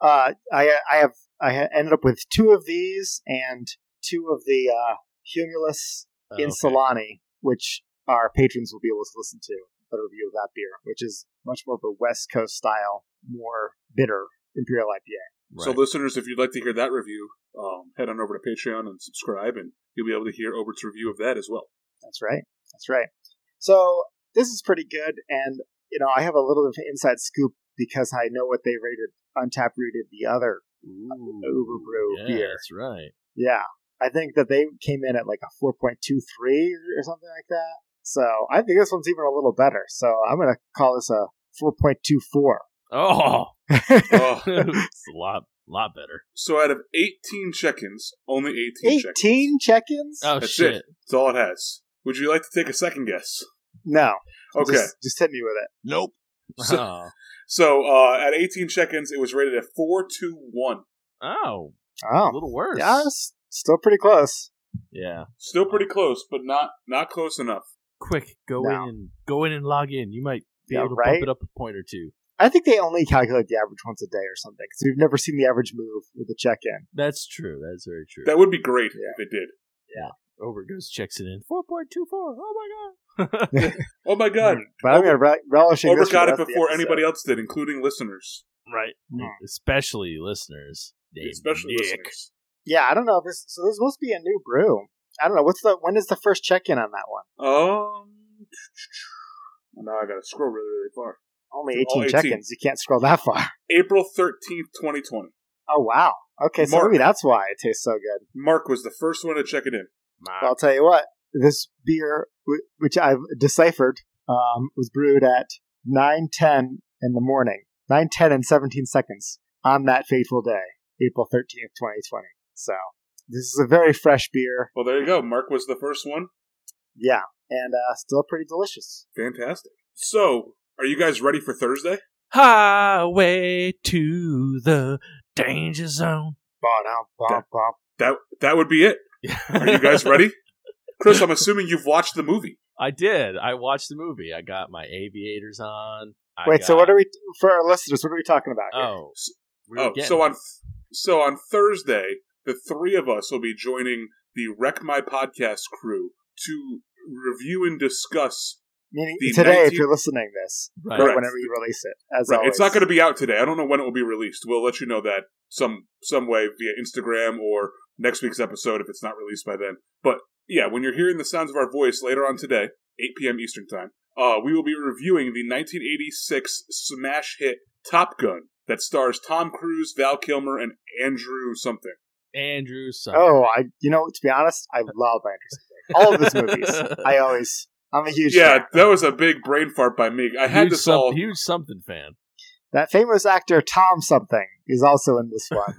[SPEAKER 3] uh, I I have I ha- ended up with two of these and two of the uh, Humulus
[SPEAKER 1] Oh,
[SPEAKER 3] in
[SPEAKER 1] okay.
[SPEAKER 3] Solani, which our patrons will be able to listen to a review of that beer, which is much more of a West Coast style, more bitter Imperial IPA.
[SPEAKER 1] Right.
[SPEAKER 2] So listeners, if you'd like to hear that review, um, head on over to Patreon and subscribe, and you'll be able to hear Obert's review of that as well.
[SPEAKER 3] That's right. That's right. So this is pretty good, and you know I have a little bit of inside scoop because I know what they rated Untapped rated the other Uber Brew
[SPEAKER 1] yeah,
[SPEAKER 3] beer.
[SPEAKER 1] that's right.
[SPEAKER 3] Yeah. I think that they came in at like a 4.23 or something like that. So I think this one's even a little better. So I'm going to call this a 4.24.
[SPEAKER 1] Oh,
[SPEAKER 2] Oh.
[SPEAKER 1] it's a lot lot better.
[SPEAKER 2] so out of 18 check-ins, only 18 check-ins.
[SPEAKER 3] 18 check ins?
[SPEAKER 1] Oh
[SPEAKER 2] That's
[SPEAKER 1] shit.
[SPEAKER 2] it. That's all it has. Would you like to take a second guess?
[SPEAKER 3] No.
[SPEAKER 2] Okay.
[SPEAKER 3] Just, just hit me with it.
[SPEAKER 4] Nope.
[SPEAKER 2] So-
[SPEAKER 1] oh.
[SPEAKER 2] So uh, at 18 check-ins, it was rated a 4-2-1.
[SPEAKER 1] Oh, a
[SPEAKER 3] Oh.
[SPEAKER 1] little worse.
[SPEAKER 3] Yeah, it's still pretty close.
[SPEAKER 1] Yeah.
[SPEAKER 2] Still pretty close, but not not close enough.
[SPEAKER 1] Quick, go
[SPEAKER 3] No.
[SPEAKER 1] in and go in and log in. You might be
[SPEAKER 3] Yeah,
[SPEAKER 1] able to
[SPEAKER 3] right?
[SPEAKER 1] bump it up a point or two.
[SPEAKER 3] I think they only calculate the average once a day or something because we've never seen the average move with a check in.
[SPEAKER 1] That's true. That's very true.
[SPEAKER 2] That would be great
[SPEAKER 3] Yeah.
[SPEAKER 2] if it did.
[SPEAKER 1] Over goes checks it in. Four point two four. Oh my god.
[SPEAKER 2] Oh my god.
[SPEAKER 3] But I'm going to re- relish
[SPEAKER 2] Over
[SPEAKER 3] this for
[SPEAKER 2] got
[SPEAKER 3] the
[SPEAKER 2] it
[SPEAKER 3] rest of the
[SPEAKER 2] before
[SPEAKER 3] episode.
[SPEAKER 2] anybody else did, including listeners.
[SPEAKER 1] right.
[SPEAKER 3] Hmm.
[SPEAKER 1] Especially listeners. named
[SPEAKER 2] Especially
[SPEAKER 1] Nick.
[SPEAKER 2] listeners.
[SPEAKER 3] Yeah, I don't know. if This so this must be a new brew. I don't know. What's the when is the first check in on that one?
[SPEAKER 2] Um now I gotta scroll really, really far.
[SPEAKER 3] Only
[SPEAKER 2] Oh,
[SPEAKER 3] 18
[SPEAKER 2] 18.
[SPEAKER 3] check-ins. You can't scroll that far.
[SPEAKER 2] April thirteenth, twenty twenty.
[SPEAKER 3] Oh wow. Okay, so
[SPEAKER 2] Mark.
[SPEAKER 3] maybe that's why it tastes so good.
[SPEAKER 2] Mark was the first one to check it in.
[SPEAKER 3] Well, I'll tell you what. This beer, wh- which I've deciphered, um, was brewed at nine ten in the morning. Nine ten and seventeen seconds on that fateful day, April thirteenth, twenty twenty. So this is a very fresh beer.
[SPEAKER 2] Well there you go. Mark was the first one.
[SPEAKER 3] Yeah, and uh, still pretty delicious.
[SPEAKER 2] Fantastic. So are you guys ready for Thursday?
[SPEAKER 1] Highway to the danger zone.
[SPEAKER 3] Ba-dum, bum, bum.
[SPEAKER 2] That that would be it. Are you guys ready? Chris, I'm assuming you've watched the movie.
[SPEAKER 1] I did. I watched the movie. I got my aviators on. I
[SPEAKER 3] Wait, so
[SPEAKER 1] got-
[SPEAKER 3] what are we for our listeners? What are we talking about? here?
[SPEAKER 1] Oh, we were
[SPEAKER 2] Oh,
[SPEAKER 1] getting-
[SPEAKER 2] so on so on Thursday, the three of us will be joining the Wreck My Podcast crew to review and discuss.
[SPEAKER 3] Meaning
[SPEAKER 2] the
[SPEAKER 3] today, if
[SPEAKER 2] 19
[SPEAKER 3] you're listening to this,
[SPEAKER 1] right.
[SPEAKER 3] or
[SPEAKER 2] Correct.
[SPEAKER 3] whenever you release it. As
[SPEAKER 2] Right,
[SPEAKER 3] always,
[SPEAKER 2] it's not going to be out today. I don't know when it will be released. We'll let you know that some some way via Instagram or next week's episode if it's not released by then. But yeah, when you're hearing the sounds of our voice later on today, 8 p.m. Eastern time, uh, we will be reviewing the 1986 smash hit Top Gun. that stars Tom Cruise, Val Kilmer, and Andrew something.
[SPEAKER 1] Andrew. Summer.
[SPEAKER 3] Oh, I you know to be honest, I love Andrew Sandberg. All of his movies, I always I'm a huge
[SPEAKER 2] yeah,
[SPEAKER 3] fan.
[SPEAKER 2] that was a big brain fart by me. I had
[SPEAKER 1] huge,
[SPEAKER 2] this
[SPEAKER 1] some-
[SPEAKER 2] all.
[SPEAKER 1] huge something fan.
[SPEAKER 3] That famous actor Tom something is also in this one.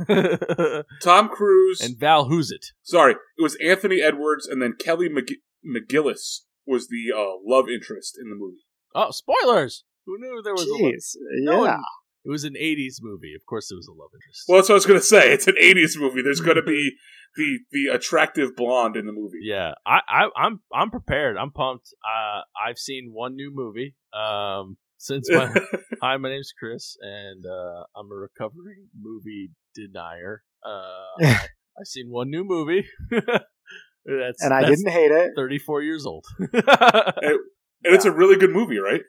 [SPEAKER 1] and
[SPEAKER 2] Tom Cruise.
[SPEAKER 1] Val, who's it?
[SPEAKER 2] sorry, it was Anthony Edwards, and then Kelly McG- McGillis was the uh, love interest in the movie.
[SPEAKER 1] Oh, spoilers! Who knew there was a love?
[SPEAKER 3] Jeez,
[SPEAKER 1] No
[SPEAKER 3] yeah.
[SPEAKER 1] one- It was an '80s movie. Of course, there was a love interest.
[SPEAKER 2] Well, that's what I was going to say. It's an '80s movie. There's going to be the the attractive blonde in the movie.
[SPEAKER 1] yeah, I, I, I'm, I'm prepared. I'm pumped. Uh, I've seen one new movie. Um, since my hi, my name's Chris, and uh, I'm a recovering movie denier. Uh, I, I've seen one new movie. that's
[SPEAKER 3] And I
[SPEAKER 1] that's
[SPEAKER 3] didn't hate it.
[SPEAKER 1] 34 years old.
[SPEAKER 2] and it's a really good movie, right?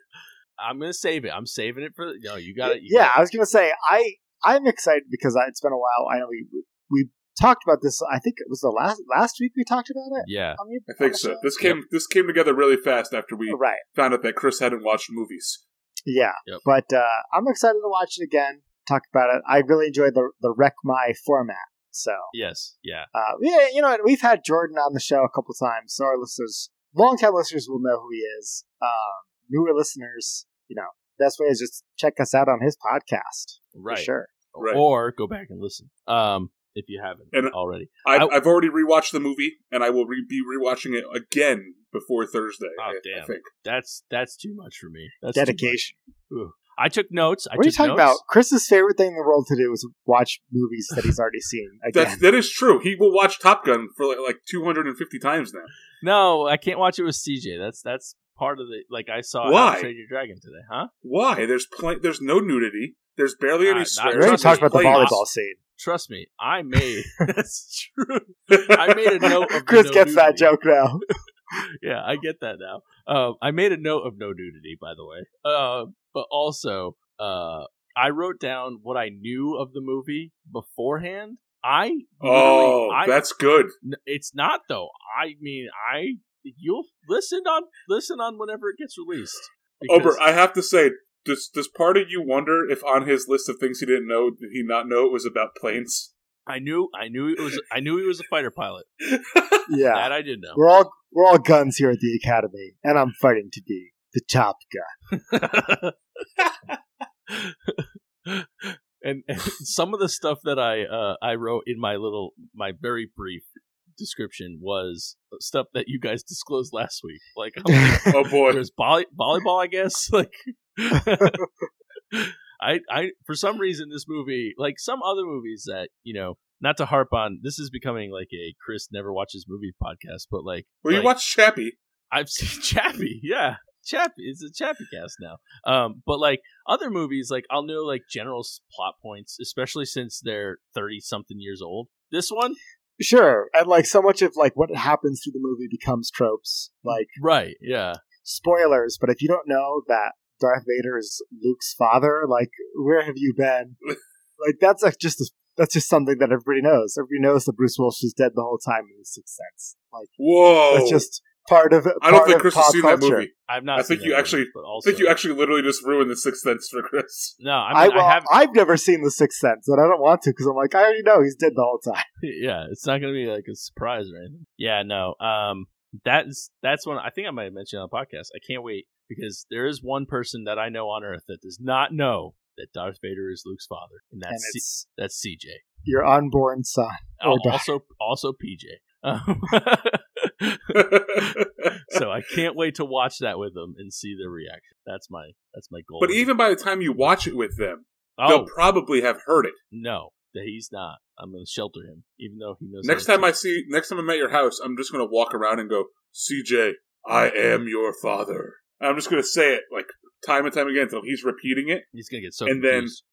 [SPEAKER 1] I'm gonna save it. I'm saving it for. No, you got it. You
[SPEAKER 3] yeah,
[SPEAKER 1] got
[SPEAKER 3] I was gonna say I I'm excited because I, it's been a while. I know we we talked about this. I think it was the last last week we talked about
[SPEAKER 1] it.
[SPEAKER 3] it.
[SPEAKER 1] yeah.
[SPEAKER 3] on the-
[SPEAKER 2] I think
[SPEAKER 3] on
[SPEAKER 2] so.
[SPEAKER 3] the
[SPEAKER 2] This came this came together really fast after
[SPEAKER 3] show?
[SPEAKER 2] we
[SPEAKER 3] Right.
[SPEAKER 2] found out that Chris hadn't watched movies.
[SPEAKER 3] Yeah.
[SPEAKER 1] Yep.
[SPEAKER 3] But uh, I'm excited to watch it again. Talk about it. I really enjoyed the the Rec My format. So
[SPEAKER 1] Yes. Yeah.
[SPEAKER 3] uh, yeah, you know what? we've had Jordan on the show a couple times, so our listeners, long time listeners, will know who he is. Um, newer listeners, you know, best way is just check us out on his podcast
[SPEAKER 1] Right.
[SPEAKER 3] for sure.
[SPEAKER 1] Oh,
[SPEAKER 2] Right.
[SPEAKER 1] Or go back and listen. Um, if you haven't
[SPEAKER 3] uh
[SPEAKER 2] And-
[SPEAKER 1] already.
[SPEAKER 2] I've,
[SPEAKER 1] I-
[SPEAKER 2] I've already rewatched the movie, and I will re- be rewatching it again before Thursday.
[SPEAKER 1] Oh,
[SPEAKER 2] I, I
[SPEAKER 1] damn.
[SPEAKER 2] think.
[SPEAKER 1] That's that's too much for me. That's too much.
[SPEAKER 3] Dedication.
[SPEAKER 1] I took notes. I
[SPEAKER 3] what are you
[SPEAKER 1] took
[SPEAKER 3] talking about?
[SPEAKER 1] notes.
[SPEAKER 3] Chris's favorite thing in the world to do is watch movies that he's already seen
[SPEAKER 2] That's,
[SPEAKER 3] again.
[SPEAKER 2] that is true. He will watch Top Gun for like, like 250 times now.
[SPEAKER 1] No, I can't watch it with CJ. That's that's part of the like I saw
[SPEAKER 2] Why?
[SPEAKER 1] How to Train Your Dragon today, huh?
[SPEAKER 2] Why? There's pl- There's no nudity. There's barely
[SPEAKER 1] Ah,
[SPEAKER 2] any
[SPEAKER 1] not-
[SPEAKER 3] We
[SPEAKER 2] swears.
[SPEAKER 3] already
[SPEAKER 1] Trust
[SPEAKER 3] talked
[SPEAKER 1] me,
[SPEAKER 3] about the
[SPEAKER 1] please.
[SPEAKER 3] volleyball scene.
[SPEAKER 1] Trust me, I made that's true. I made a note of the
[SPEAKER 3] Chris
[SPEAKER 1] no
[SPEAKER 3] gets that
[SPEAKER 1] nudity.
[SPEAKER 3] joke now.
[SPEAKER 1] yeah, I get that now. Um, I made a note of no nudity, by the way. Uh, but also, uh, I wrote down what I knew of the movie beforehand. I
[SPEAKER 2] Oh,
[SPEAKER 1] literally- I,
[SPEAKER 2] that's good.
[SPEAKER 1] n- it's not though. I mean, I you'll listen on listen on whenever it gets released.
[SPEAKER 2] Ober,
[SPEAKER 1] because-
[SPEAKER 3] uh
[SPEAKER 2] I have to say, does does part of you wonder if on his list of things he didn't know, did he not know it was about planes?
[SPEAKER 1] I knew, I knew it was, I knew he was a fighter pilot.
[SPEAKER 3] Yeah.
[SPEAKER 1] That I did know.
[SPEAKER 3] We're all we're all guns here at the academy, and I'm fighting to be the top gun.
[SPEAKER 1] and, and some of the stuff that I uh, I wrote in my little my very brief description was stuff that you guys disclosed last week. Like I'm like,
[SPEAKER 2] Oh boy,
[SPEAKER 1] there's volley- volleyball, I guess. Like I I for some reason this movie, like some other movies that you know, not to harp on, this is becoming like a Chris never watches movie podcast, but like
[SPEAKER 2] well, you
[SPEAKER 1] like-
[SPEAKER 2] watched Chappie.
[SPEAKER 1] I've seen Chappie. Yeah, Chappie. It's a Chappie cast now. Um, but like other movies, like I'll know like general s- plot points, especially since they're thirty something years old. This one,
[SPEAKER 3] Sure, and like so much of like what happens through the movie becomes tropes, like
[SPEAKER 1] right? Yeah,
[SPEAKER 3] spoilers. But if you don't know that Darth Vader is Luke's father, like where have you been? like that's like just that's just something that everybody knows. Everybody knows that Bruce Willis was dead the whole time in The Sixth Sense. Like
[SPEAKER 2] Whoa,
[SPEAKER 3] that's just part of. Part
[SPEAKER 2] Oh. I don't think
[SPEAKER 3] of
[SPEAKER 2] Chris
[SPEAKER 3] pop
[SPEAKER 2] has seen that
[SPEAKER 3] culture.
[SPEAKER 2] movie.
[SPEAKER 1] I've not.
[SPEAKER 2] I think
[SPEAKER 1] seen
[SPEAKER 2] you
[SPEAKER 1] that
[SPEAKER 2] actually-
[SPEAKER 1] movie, but
[SPEAKER 2] I
[SPEAKER 1] also,
[SPEAKER 2] think you actually literally just ruined the Sixth Sense for Chris.
[SPEAKER 1] No, I
[SPEAKER 3] I,
[SPEAKER 1] mean, I,
[SPEAKER 3] well, I
[SPEAKER 1] have.
[SPEAKER 3] have never seen The Sixth Sense, and I don't want to because I'm like, I already know he's dead the whole time.
[SPEAKER 1] yeah, it's not gonna be like a surprise or anything. Yeah, no. Um, that's that's one I think I might have mentioned on the podcast. I can't wait because there is one person that I know on Earth that does not know that Darth Vader is Luke's father, and
[SPEAKER 3] and
[SPEAKER 1] that's C-
[SPEAKER 3] it's
[SPEAKER 1] that's CJ.
[SPEAKER 3] your unborn son.
[SPEAKER 1] Al-
[SPEAKER 3] Or die.
[SPEAKER 1] also also PJ. Um,
[SPEAKER 2] but
[SPEAKER 1] so I can't wait to watch that with them and see their reaction. That's my that's my goal.
[SPEAKER 2] even by the time you watch it with them,
[SPEAKER 1] oh
[SPEAKER 2] they'll probably have heard it.
[SPEAKER 1] no, that he's not. I'm gonna shelter him, even though he knows.
[SPEAKER 2] Next time I see, next time I'm at your house, I'm just gonna walk around and go, CJ, I am your father. And I'm just gonna say it like time and time again until he's repeating it,
[SPEAKER 1] he's gonna get so
[SPEAKER 2] and then-
[SPEAKER 1] confused.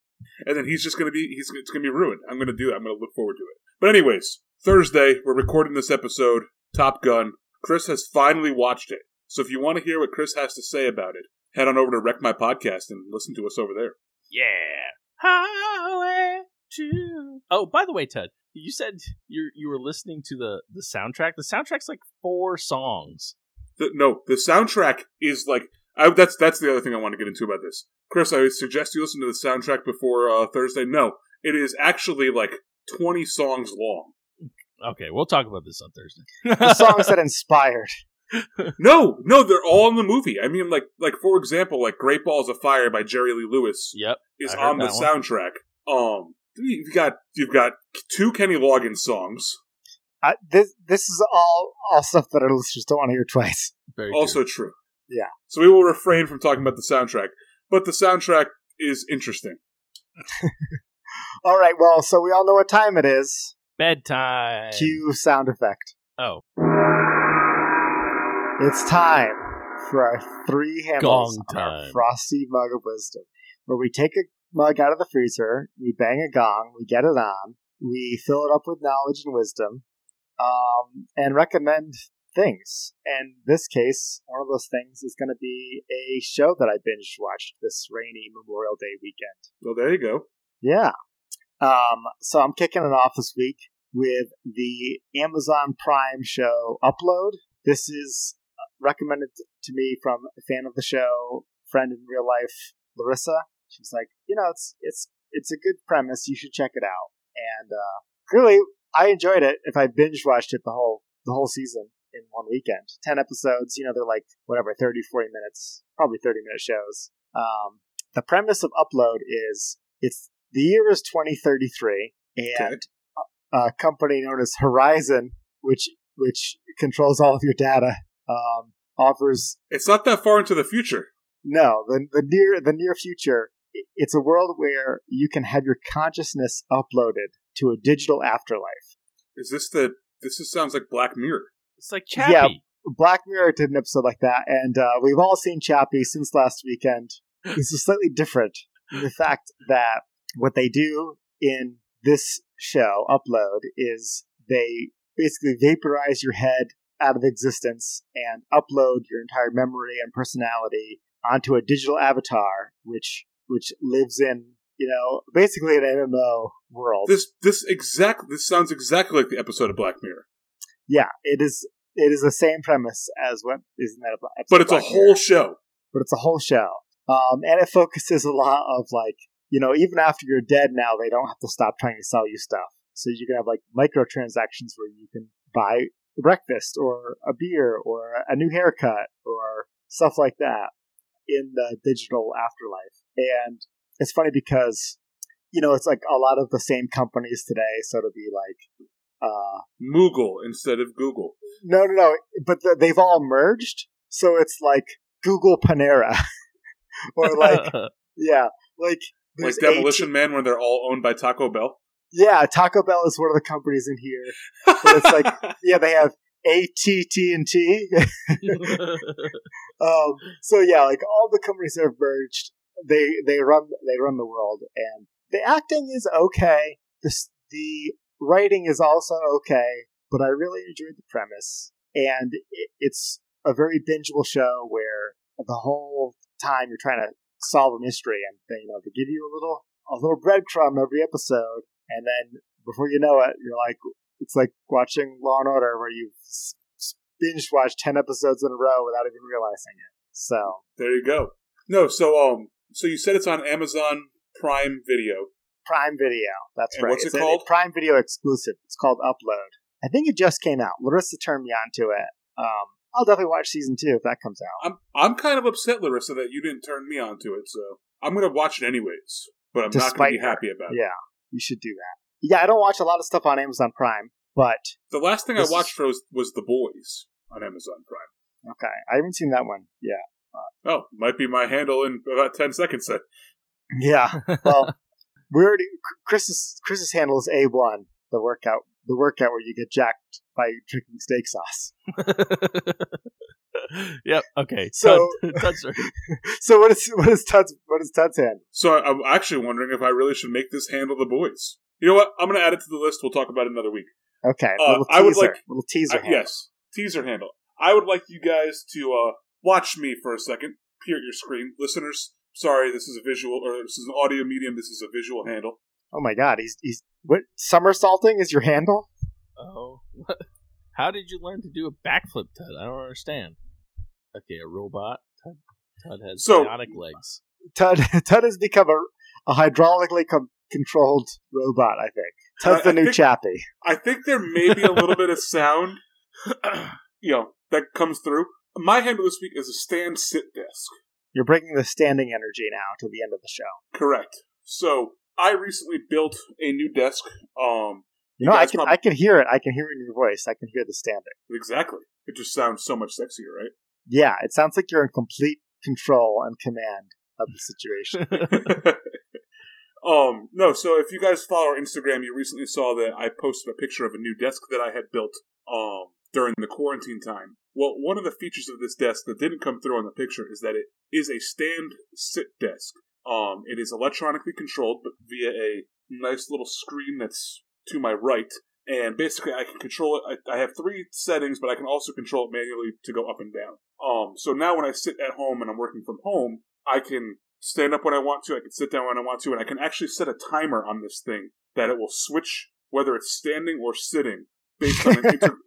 [SPEAKER 2] and then he's just gonna be, he's it's gonna be ruined. I'm gonna do it. I'm gonna look forward to it. But anyways, Thursday we're recording this episode, Top Gun. Chris has finally watched it, so if you want to hear what Chris has to say about it, head on over to Wreck My Podcast and listen to us over there.
[SPEAKER 1] yeah. Highway to. Oh, by the way, Ted, you said you you were listening to the the soundtrack. The soundtrack's like four songs.
[SPEAKER 2] The, no, the soundtrack is like I, that's that's the other thing I want to get into about this, Chris. I would suggest you listen to the soundtrack before uh, Thursday. No, it is actually like twenty songs long.
[SPEAKER 1] Okay, we'll talk about this on Thursday.
[SPEAKER 3] The songs that inspired.
[SPEAKER 2] No, no, they're all in the movie. I mean, like like for example, like "Great Balls of Fire" by Jerry Lee Lewis
[SPEAKER 1] Yep.
[SPEAKER 2] is
[SPEAKER 1] I heard
[SPEAKER 2] on the
[SPEAKER 1] that one.
[SPEAKER 2] soundtrack. Um, you've got you've got two Kenny Loggins songs.
[SPEAKER 3] I, this this is all all stuff that our listeners don't want to hear twice.
[SPEAKER 1] Very
[SPEAKER 2] also true.
[SPEAKER 3] Yeah.
[SPEAKER 2] So we will refrain from talking about the soundtrack, but the soundtrack is interesting.
[SPEAKER 3] All right, well, so we all know what time it is.
[SPEAKER 1] true. bedtime.
[SPEAKER 3] Cue sound effect.
[SPEAKER 1] Oh,
[SPEAKER 3] It's time for our three handles
[SPEAKER 1] Gong
[SPEAKER 3] on our
[SPEAKER 1] time.
[SPEAKER 3] frosty mug of wisdom, where we take a mug out of the freezer, we bang a gong, we get it on, we fill it up with knowledge and wisdom, um, and recommend things. And this case, one of those things is going to be a show that I binge watched this rainy Memorial Day weekend.
[SPEAKER 2] Well, there you go.
[SPEAKER 3] Yeah. Um, so I'm kicking it off this week with the Amazon Prime show Upload. This is uh, recommended to me from a fan of the show, friend in real life, Larissa. She was like, you know, it's it's it's a good premise. You should check it out. And uh, clearly, I enjoyed it. If I binge watched it the whole the whole season in one weekend, ten episodes. You know, they're like whatever 30, 40 minutes, probably thirty minute shows. Um, the premise of Upload is it's the year is 2033 and a, a company known as horizon which which controls all of your data um, offers
[SPEAKER 2] It's not that far into the future.
[SPEAKER 3] no the, the near the near future i- it's a world where you can have your consciousness uploaded to a digital afterlife
[SPEAKER 2] Is this the? This is, sounds like Black Mirror.
[SPEAKER 1] it's like
[SPEAKER 3] Yeah.
[SPEAKER 1] Chappie.
[SPEAKER 3] black mirror did an episode like that and uh, we've all seen chappie since last weekend this is slightly different in the fact that what they do in this show upload is they basically vaporize your head out of existence and upload your entire memory and personality onto a digital avatar which which lives in you know basically an mmo world
[SPEAKER 2] This this exact this sounds exactly like the episode of Black Mirror,
[SPEAKER 3] yeah it is it is the same premise as what isn't that a-
[SPEAKER 2] but it's a
[SPEAKER 3] Black Mirror.
[SPEAKER 2] whole show.
[SPEAKER 3] but it's a whole show. Um, and it focuses a lot of like, you know, even after you're dead now, they don't have to stop trying to sell you stuff. So you can have like microtransactions where you can buy breakfast or a beer or a new haircut or stuff like that in the digital afterlife. And it's funny because, you know, it's like a lot of the same companies today. So it'll be like, uh,
[SPEAKER 2] Moogle instead of Google.
[SPEAKER 3] no, no, no. But the, they've all merged, so it's like Google Panera, or like yeah, like
[SPEAKER 2] Like
[SPEAKER 3] there's
[SPEAKER 2] Demolition
[SPEAKER 3] 18
[SPEAKER 2] Man, when they're all owned by Taco Bell.
[SPEAKER 3] yeah, Taco Bell is one of the companies in here. But it's like yeah, they have ATT and T. Um, so yeah, like all the companies that have merged, they they run they run the world, and the acting is okay. The s- the writing is also okay, but I really enjoyed the premise, and it, it's a very bingeable show where the whole time you're trying to solve a mystery, and they you know they give you a little a little breadcrumb every episode, and then before you know it, you're like it's like watching Law and Order where you s- s- binge watch ten episodes in a row without even realizing it. So
[SPEAKER 2] There you go. No, so um, so you said it's on Amazon Prime Video.
[SPEAKER 3] Prime Video, that's
[SPEAKER 2] And
[SPEAKER 3] right.
[SPEAKER 2] what's it
[SPEAKER 3] It's a-
[SPEAKER 2] called?
[SPEAKER 3] Prime Video exclusive. It's called Upload. I think it just came out. Larissa turned me on to it. Um, I'll definitely watch season two if that comes out.
[SPEAKER 2] I'm I'm kind of upset, Larissa, that you didn't turn me on to it. So I'm gonna watch it anyways, but I'm not gonna
[SPEAKER 3] Despite
[SPEAKER 2] be
[SPEAKER 3] her.
[SPEAKER 2] happy about it.
[SPEAKER 3] Yeah, you should do that. Yeah, I don't watch a lot of stuff on Amazon Prime, but
[SPEAKER 2] The last thing
[SPEAKER 3] This
[SPEAKER 2] I watched for was, was The Boys on Amazon Prime.
[SPEAKER 3] okay, I haven't seen that one. Yeah.
[SPEAKER 2] Oh, might be my handle in about ten seconds. Then.
[SPEAKER 3] Yeah. Well, we already Chris's Chris's handle is A one. The workout, the workout where you get jacked by drinking steak sauce.
[SPEAKER 1] yep. Okay.
[SPEAKER 3] So-
[SPEAKER 1] Tun- Tunster.
[SPEAKER 3] So what is what is Tut's what is Tut's handle?
[SPEAKER 2] So I, I'm actually wondering if I really should make this handle The Boys. You know what? I'm gonna add it to the list. We'll talk about it another week.
[SPEAKER 3] Okay,
[SPEAKER 2] Uh,
[SPEAKER 3] little teaser,
[SPEAKER 2] I would like-
[SPEAKER 3] little teaser.
[SPEAKER 2] I-
[SPEAKER 3] handle.
[SPEAKER 2] yes, teaser handle. I would like you guys to uh, watch me for a second. Peer at your screen, listeners. Sorry, this is a visual or this is an audio medium. This is a visual handle.
[SPEAKER 3] Oh my god, he's he's what somersaulting is your handle?
[SPEAKER 1] Oh. What? How did you learn to do a backflip, Ted? I don't understand. Okay, a robot. Ted, Todd has
[SPEAKER 2] So-
[SPEAKER 1] bionic legs.
[SPEAKER 3] Tud Tud has become a, a hydraulically com- controlled robot. I think Tud's
[SPEAKER 2] I- Uh,
[SPEAKER 3] the
[SPEAKER 2] I
[SPEAKER 3] new
[SPEAKER 2] think-
[SPEAKER 3] Chappie.
[SPEAKER 2] I think there may be a little bit of sound, you know, that comes through. My handle this week is a stand sit desk.
[SPEAKER 3] You're bringing the standing energy now to the end of the show.
[SPEAKER 2] Correct. So I recently built a new desk. Um,
[SPEAKER 3] You know, I
[SPEAKER 2] guys
[SPEAKER 3] can
[SPEAKER 2] prob-
[SPEAKER 3] I can hear it. I can hear it in your voice. I can hear the standing.
[SPEAKER 2] exactly. It just sounds so much sexier, right?
[SPEAKER 3] Yeah, it sounds like you're in complete control and command of the situation.
[SPEAKER 2] um, no, so if you guys follow our Instagram, you recently saw that I posted a picture of a new desk that I had built um, during the quarantine time. Well, one of the features of this desk that didn't come through on the picture is that it is a stand sit desk. Um, it is electronically controlled, but via a nice little screen that's to my right. And basically, I can control it. I, I have three settings, but I can also control it manually to go up and down. Um, so now when I sit at home and I'm working from home, I can stand up when I want to, I can sit down when I want to, and I can actually set a timer on this thing that it will switch whether it's standing or sitting based on an inter-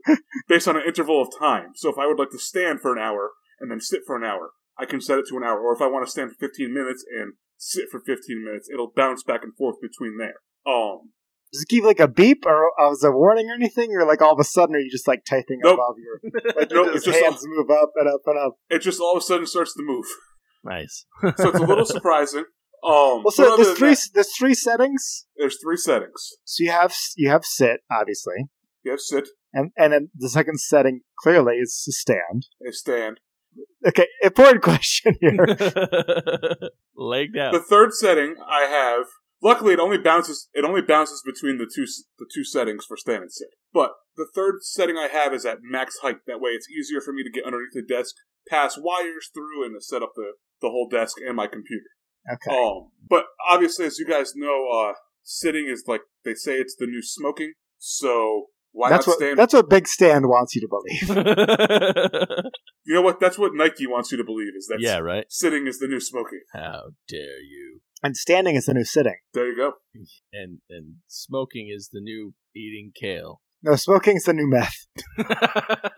[SPEAKER 2] based on an interval of time. So if I would like to stand for an hour and then sit for an hour, I can set it to an hour. Or if I want to stand for 15 minutes and sit for 15 minutes, it'll bounce back and forth between there. Um,
[SPEAKER 3] Does it give like a beep or uh, was it a warning or anything? Or like all of a sudden are you just like typing
[SPEAKER 2] Nope.
[SPEAKER 3] above your like
[SPEAKER 2] Nope,
[SPEAKER 3] your
[SPEAKER 2] it's
[SPEAKER 3] just
[SPEAKER 2] just
[SPEAKER 3] hands move up and up and up.
[SPEAKER 2] it just all of a sudden starts to move.
[SPEAKER 1] Nice.
[SPEAKER 2] So it's a little surprising. Um,
[SPEAKER 3] Well,
[SPEAKER 2] but
[SPEAKER 3] so
[SPEAKER 2] other
[SPEAKER 3] there's
[SPEAKER 2] than
[SPEAKER 3] three
[SPEAKER 2] that,
[SPEAKER 3] there's three settings.
[SPEAKER 2] there's three settings.
[SPEAKER 3] So you have s- you have sit obviously,
[SPEAKER 2] You have sit,
[SPEAKER 3] and and then the second setting clearly is to stand.
[SPEAKER 2] a stand,
[SPEAKER 3] Okay, important question here.
[SPEAKER 1] Legged out.
[SPEAKER 2] The third setting I have. Luckily, it only bounces. It only bounces between the two s- the two settings for stand and sit. But the third setting I have is at max height. That way, it's easier for me to get underneath the desk, pass wires through, and to set up the the whole desk and my computer.
[SPEAKER 3] Okay,
[SPEAKER 2] Um, but obviously, as you guys know, uh, sitting is like they say it's the new smoking. So why
[SPEAKER 3] that's
[SPEAKER 2] not
[SPEAKER 3] what
[SPEAKER 2] stand?
[SPEAKER 3] that's what Big Stand wants you to believe.
[SPEAKER 2] you know what? That's what Nike wants you to believe is that
[SPEAKER 1] yeah, right.
[SPEAKER 2] sitting is the new smoking.
[SPEAKER 1] How dare you?
[SPEAKER 3] And standing is the new sitting.
[SPEAKER 2] There you go.
[SPEAKER 1] And and smoking is the new eating kale.
[SPEAKER 3] No, smoking is the new meth.
[SPEAKER 2] Oh,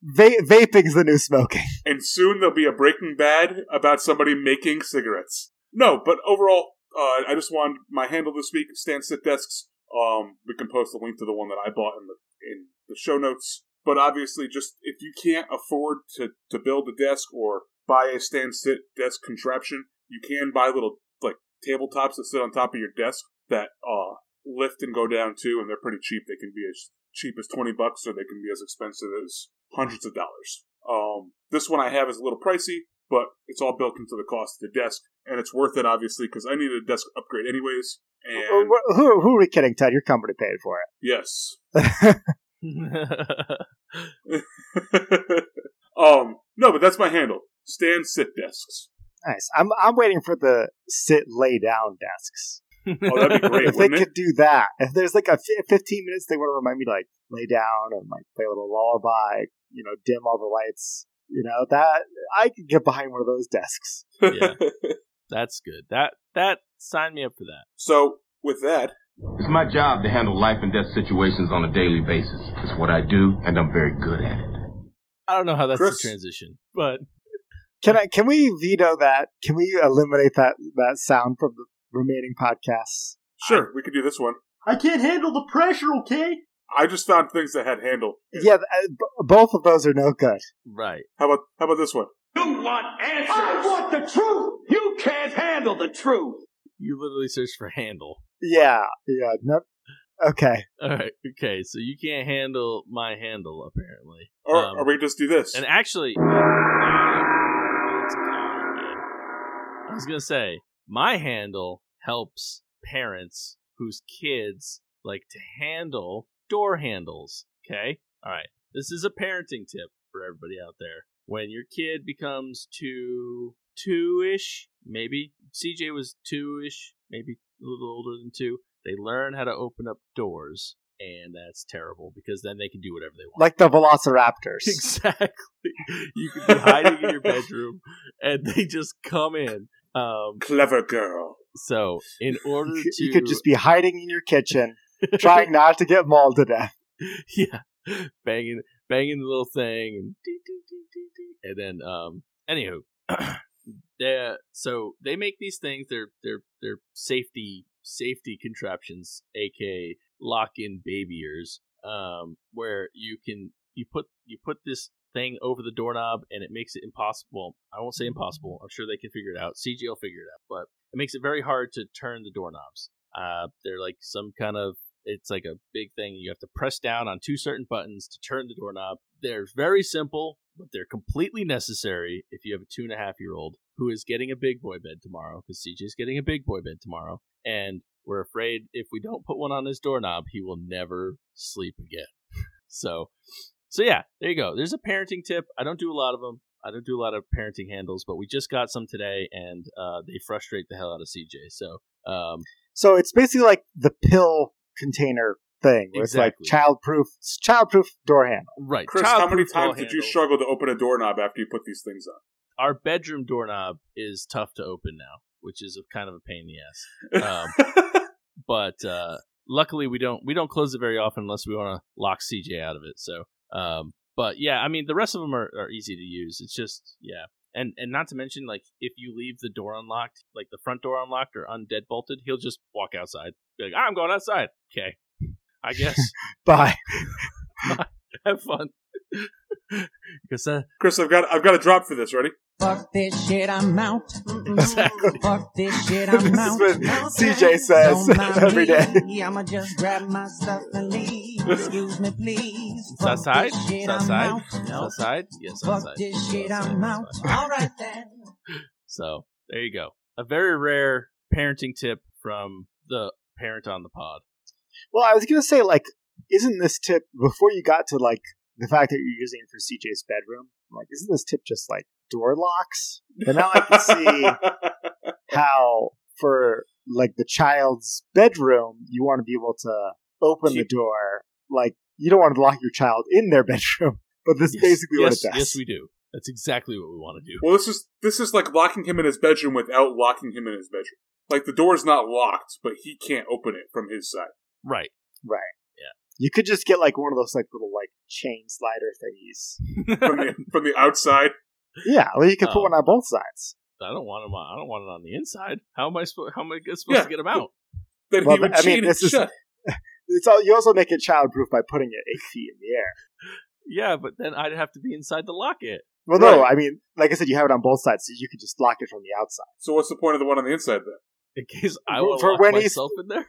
[SPEAKER 3] Va- vaping is the new smoking.
[SPEAKER 2] and soon there'll be a Breaking Bad about somebody making cigarettes. No, but overall, uh, I just wanted my handle this week. Stand sit desks. Um, we can post the link to the one that I bought in the in the show notes. But obviously, just if you can't afford to to build a desk or buy a stand sit desk contraption, you can buy little like tabletops that sit on top of your desk that uh lift and go down too, and they're pretty cheap. They can be as cheap as twenty bucks, or they can be as expensive as hundreds of dollars. Um, this one I have is a little pricey, but it's all built into the cost of the desk, and it's worth it obviously because I needed a desk upgrade anyways.
[SPEAKER 3] Who,
[SPEAKER 2] And
[SPEAKER 3] who, who are we kidding, Ted? Your company paid for
[SPEAKER 2] yes,
[SPEAKER 3] it.
[SPEAKER 2] um, no, but that's my handle. Stand sit desks.
[SPEAKER 3] nice. I'm I'm waiting for the sit lay down desks.
[SPEAKER 2] Oh, that'd be great,
[SPEAKER 3] If they
[SPEAKER 2] wouldn't
[SPEAKER 3] could
[SPEAKER 2] it?
[SPEAKER 3] do that, if there's like a fi 15 minutes, they want to remind me to like lay down and like play a little lullaby, you know, dim all the lights. You know that I could get behind one of those desks.
[SPEAKER 1] yeah, that's good. That that sign me up for that.
[SPEAKER 2] So with that,
[SPEAKER 5] It's my job to handle life and death situations on a daily basis. It's what I do, and I'm very good at it.
[SPEAKER 1] I don't know how that's
[SPEAKER 2] Chris.
[SPEAKER 1] the transition, but
[SPEAKER 3] Can I? Can we veto that? Can we eliminate that that sound from the remaining podcasts?
[SPEAKER 2] sure, we could do this one.
[SPEAKER 6] I can't handle the pressure, okay?
[SPEAKER 2] I just found things that had handle.
[SPEAKER 3] Yeah, th- uh, b- both of those are no good.
[SPEAKER 1] right.
[SPEAKER 2] How about how about this one?
[SPEAKER 4] You want answers? I want the truth. You can't handle the truth.
[SPEAKER 1] You literally search for handle.
[SPEAKER 3] Yeah, yeah, no. Okay,
[SPEAKER 1] All right. Okay. So you can't handle my handle apparently.
[SPEAKER 2] Or,
[SPEAKER 1] Um,
[SPEAKER 2] or we could just do this.
[SPEAKER 1] And actually, I was gonna say my handle helps parents whose kids like to handle door handles. Okay, all right. This is a parenting tip for everybody out there. When your kid becomes two, two-ish, maybe CJ was two-ish, maybe a little older than two. They learn how to open up doors, and that's terrible because then they can do whatever they want.
[SPEAKER 3] like the Velociraptors.
[SPEAKER 1] Exactly. You could be hiding in your bedroom and they just come in. Um,
[SPEAKER 2] Clever girl.
[SPEAKER 1] so in order to
[SPEAKER 3] You could- you could just be hiding in your kitchen, trying not to get mauled to death.
[SPEAKER 1] yeah, banging banging the little thing, and dee, dee, dee, dee, dee. and then um, anywho, they uh, so they make these things. They're they're they're safety safety contraptions, aka lock in baby ears, um, where you can you put you put this thing over the doorknob and it makes it impossible. I won't say impossible. I'm sure they can figure it out. CG will figure it out, but it makes it very hard to turn the doorknobs. Uh, they're like some kind of it's like a big thing. You have to press down on two certain buttons to turn the doorknob. They're very simple, but they're completely necessary if you have a two and a half year old who is getting a big boy bed tomorrow because CJ's getting a big boy bed tomorrow, and we're afraid if we don't put one on his doorknob, he will never sleep again. so, so yeah, there you go. There's a parenting tip. I don't do a lot of them. I don't do a lot of parenting handles, but we just got some today, and uh, they frustrate the hell out of CJ. So, um,
[SPEAKER 3] So it's basically like the pill container thing. where It's like
[SPEAKER 1] Exactly.
[SPEAKER 3] childproof, childproof door handle.
[SPEAKER 1] right,
[SPEAKER 2] Chris, how many
[SPEAKER 1] childproof
[SPEAKER 2] times
[SPEAKER 1] door
[SPEAKER 2] did you
[SPEAKER 1] handle.
[SPEAKER 2] struggle to open a doorknob after you put these things
[SPEAKER 1] Our bedroom doorknob is tough to open now, which is a kind of a pain in the ass. Um,
[SPEAKER 2] on?
[SPEAKER 1] but uh, luckily we don't we don't close it very often unless we want to lock CJ out of it. So, um, but yeah, I mean the rest of them are, are easy to use. It's just yeah, and and not to mention like if you leave the door unlocked, like the front door unlocked or undeadbolted, he'll just walk outside. Be like, I'm going outside. Okay, I guess
[SPEAKER 3] Bye.
[SPEAKER 1] have fun. Because uh,
[SPEAKER 2] Chris, I've got I've got a drop for this. Ready?
[SPEAKER 7] Fuck this shit, I'm out.
[SPEAKER 1] Exactly.
[SPEAKER 7] Fuck this shit,
[SPEAKER 3] This
[SPEAKER 7] I'm
[SPEAKER 3] is
[SPEAKER 7] out.
[SPEAKER 3] what CJ says
[SPEAKER 7] Don't mind
[SPEAKER 3] every
[SPEAKER 7] me.
[SPEAKER 3] day.
[SPEAKER 7] I'ma just grab my stuff and leave. Excuse me, please.
[SPEAKER 1] it's outside.
[SPEAKER 7] this
[SPEAKER 1] It's
[SPEAKER 7] shit,
[SPEAKER 1] outside.
[SPEAKER 7] I'm out.
[SPEAKER 1] It's outside. Yes,
[SPEAKER 7] Fuck
[SPEAKER 1] outside.
[SPEAKER 7] this shit,
[SPEAKER 1] Outside,
[SPEAKER 7] I'm out.
[SPEAKER 1] outside.
[SPEAKER 7] All right then.
[SPEAKER 1] So there you go. A very rare parenting tip from the parent on the pod.
[SPEAKER 3] Well, I was gonna say, like, isn't this tip before you got to like the fact that you're using it for CJ's bedroom? I'm like, isn't this tip just like door locks? But now I can see how for like the child's bedroom, you want to be able to open the door. Like, you don't want to lock your child in their bedroom, but this is
[SPEAKER 1] Yes.
[SPEAKER 3] basically
[SPEAKER 1] yes,
[SPEAKER 3] what it does.
[SPEAKER 1] Yes, we do. That's exactly what we want to do.
[SPEAKER 2] Well, this is this is like locking him in his bedroom without locking him in his bedroom. Like the door's not locked, but he can't open it from his side.
[SPEAKER 1] Right.
[SPEAKER 3] You could just get like one of those like little like chain slider thingies.
[SPEAKER 2] From the from the outside.
[SPEAKER 3] Yeah, well, you could
[SPEAKER 1] Oh.
[SPEAKER 3] put one on both sides.
[SPEAKER 1] I don't want him. On, I don't want it on the inside. How am I supposed? How am I supposed
[SPEAKER 2] Yeah.
[SPEAKER 1] to get him out?
[SPEAKER 2] Then
[SPEAKER 3] Well,
[SPEAKER 2] he would
[SPEAKER 3] I mean,
[SPEAKER 2] chain it
[SPEAKER 3] this is-
[SPEAKER 2] shut.
[SPEAKER 3] It's all you also make it childproof by putting it eight feet in the air.
[SPEAKER 1] Yeah, but then I'd have to be inside to lock it.
[SPEAKER 3] Well, no,
[SPEAKER 2] Right.
[SPEAKER 3] I mean, like I said, you have it on both sides, so you could just lock it from the outside.
[SPEAKER 2] So what's the point of the one on the inside then?
[SPEAKER 1] In case I
[SPEAKER 3] For-
[SPEAKER 1] want to
[SPEAKER 3] for
[SPEAKER 1] lock
[SPEAKER 3] when he's-
[SPEAKER 1] myself in there.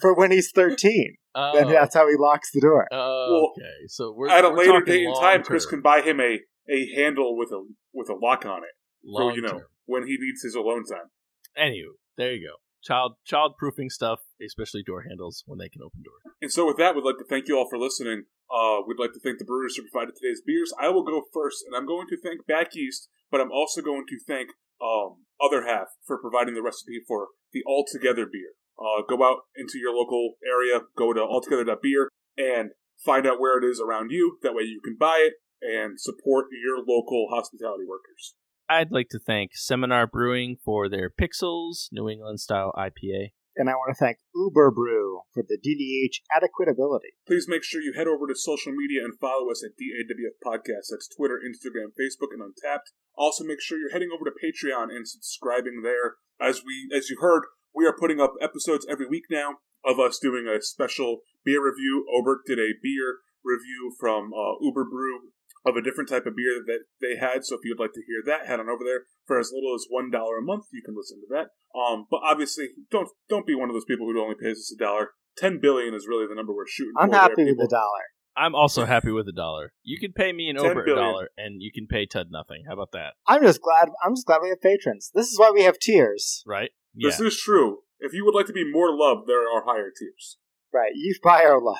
[SPEAKER 3] For when he's thirteen,
[SPEAKER 1] Oh,
[SPEAKER 3] then that's how he locks the door.
[SPEAKER 1] oh, okay. So we're
[SPEAKER 2] At a
[SPEAKER 1] we're
[SPEAKER 2] later
[SPEAKER 1] talking
[SPEAKER 2] date and time,
[SPEAKER 1] long
[SPEAKER 2] Chris
[SPEAKER 1] term.
[SPEAKER 2] can buy him a a handle with a with a lock on it
[SPEAKER 1] long
[SPEAKER 2] for you know
[SPEAKER 1] term.
[SPEAKER 2] when he needs his alone time.
[SPEAKER 1] Anywho, there you go. Child child proofing stuff, especially door handles when they can open doors.
[SPEAKER 2] And so with that, we'd like to thank you all for listening. Uh, we'd like to thank the brewers who provided today's beers. I will go first, and I'm going to thank Back East, but I'm also going to thank um, Other Half for providing the recipe for the All Together beer. Uh, go out into your local area, go to altogether.beer, and find out where it is around you. That way you can buy it and support your local hospitality workers.
[SPEAKER 1] I'd like to thank Seminar Brewing for their Pixels New England style IPA.
[SPEAKER 3] And I want to thank Uber Brew for the DDH adequate ability.
[SPEAKER 2] Please make sure you head over to social media and follow us at DAWF Podcast. That's Twitter, Instagram, Facebook, and Untapped. Also, make sure you're heading over to Patreon and subscribing there. As we, as you heard, we are putting up episodes every week now of us doing a special beer review. Obert did a beer review from uh, Uber Brew of a different type of beer that they had. So if you'd like to hear that, head on over there for as little as one dollar a month. You can listen to that. Um, but obviously, don't don't be one of those people who only pays us a dollar. Ten billion is really the number we're shooting.
[SPEAKER 3] I'm
[SPEAKER 2] for there,
[SPEAKER 3] happy with
[SPEAKER 2] people.
[SPEAKER 3] the dollar.
[SPEAKER 1] I'm also happy with a dollar. You can pay me an
[SPEAKER 2] Ten
[SPEAKER 1] over a
[SPEAKER 2] billion.
[SPEAKER 1] dollar, and you can pay Tud nothing. How about that?
[SPEAKER 3] I'm just glad. I'm just glad we have patrons. This is why we have tiers,
[SPEAKER 1] Right?
[SPEAKER 2] This is true. If you would like to be more loved, there are higher tiers.
[SPEAKER 3] right? You buy our love.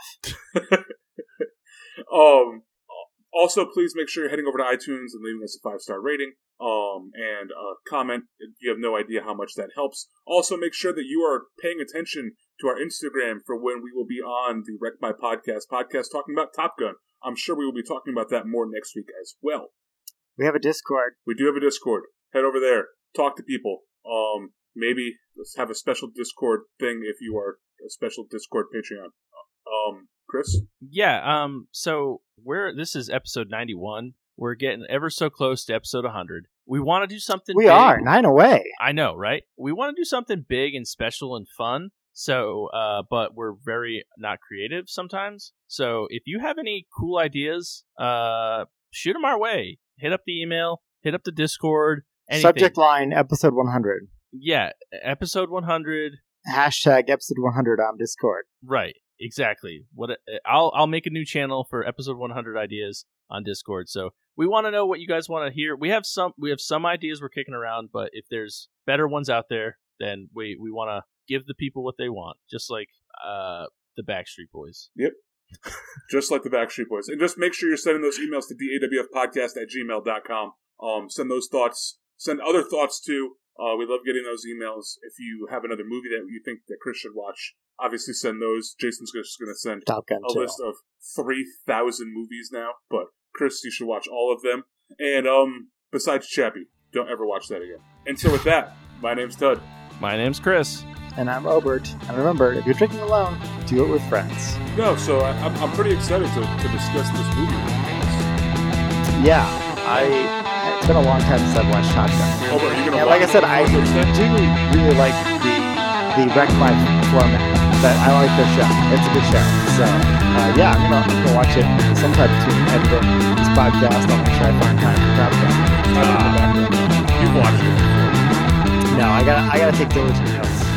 [SPEAKER 2] Um, also, please make sure you're heading over to iTunes and leaving us a five star rating um, and a comment. You have no idea how much that helps. Also, make sure that you are paying attention to our Instagram for when we will be on the Wreck My Podcast podcast talking about Top Gun. I'm sure we will be talking about that more next week as well.
[SPEAKER 3] We have a Discord.
[SPEAKER 2] We do have a Discord. Head over there. Talk to people. Um, maybe let's have a special Discord thing if you are a special Discord Patreon. Um, Chris?
[SPEAKER 1] Yeah. Um. So we're this is episode ninety one. We're getting ever so close to episode one hundred. We want to do something.
[SPEAKER 3] We
[SPEAKER 1] big.
[SPEAKER 3] are nine away.
[SPEAKER 1] I know, right? We want to do something big and special and fun. So, uh, but we're very not creative sometimes. So, if you have any cool ideas, uh, shoot them our way. Hit up the email. Hit up the Discord. Anything.
[SPEAKER 3] Subject line episode 100.
[SPEAKER 1] Yeah. e-, Episode one hundred.
[SPEAKER 3] Hashtag episode 100 on Discord.
[SPEAKER 1] Right. Exactly. What eh, I'll I'll make a new channel for episode 100 ideas on Discord. So we want to know what you guys want to hear. We have some we have some ideas we're kicking around, but if there's better ones out there, then we we want to give the people what they want, just like uh the Backstreet Boys.
[SPEAKER 2] Just like the Backstreet Boys. And just make sure you're sending those emails to dawfpodcast at gmail.com. Um, send those thoughts. Send other thoughts too. Uh, we love getting those emails. If you have another movie that you think that Chris should watch, obviously send those. Jason's just going to send
[SPEAKER 3] Top Gun
[SPEAKER 2] a
[SPEAKER 3] 2.
[SPEAKER 2] list of 3,000 movies now, but Chris, you should watch all of them. And um, besides Chappie, don't ever watch that again. And so with that, my name's Tud.
[SPEAKER 1] My name's Chris.
[SPEAKER 3] And I'm Obert. And remember, if you're drinking alone, do it with friends.
[SPEAKER 2] No, so I, I'm, I'm pretty excited to, to discuss this movie. Oh, with
[SPEAKER 3] Yeah, I. It's been a long time since I've watched Top Gun.
[SPEAKER 2] you. Over, are you gonna
[SPEAKER 3] Yeah, like I
[SPEAKER 2] watch
[SPEAKER 3] said,
[SPEAKER 2] it?
[SPEAKER 3] I do really like the the Wreck My format. That I like their show. It's a good show. So uh, yeah, I'm gonna, I'm gonna watch it sometime between editing this podcast. I'll make sure I find time for Top Gun.
[SPEAKER 2] I don't know about that. Uh, You've watched it.
[SPEAKER 3] No, I gotta I gotta take diligent notes.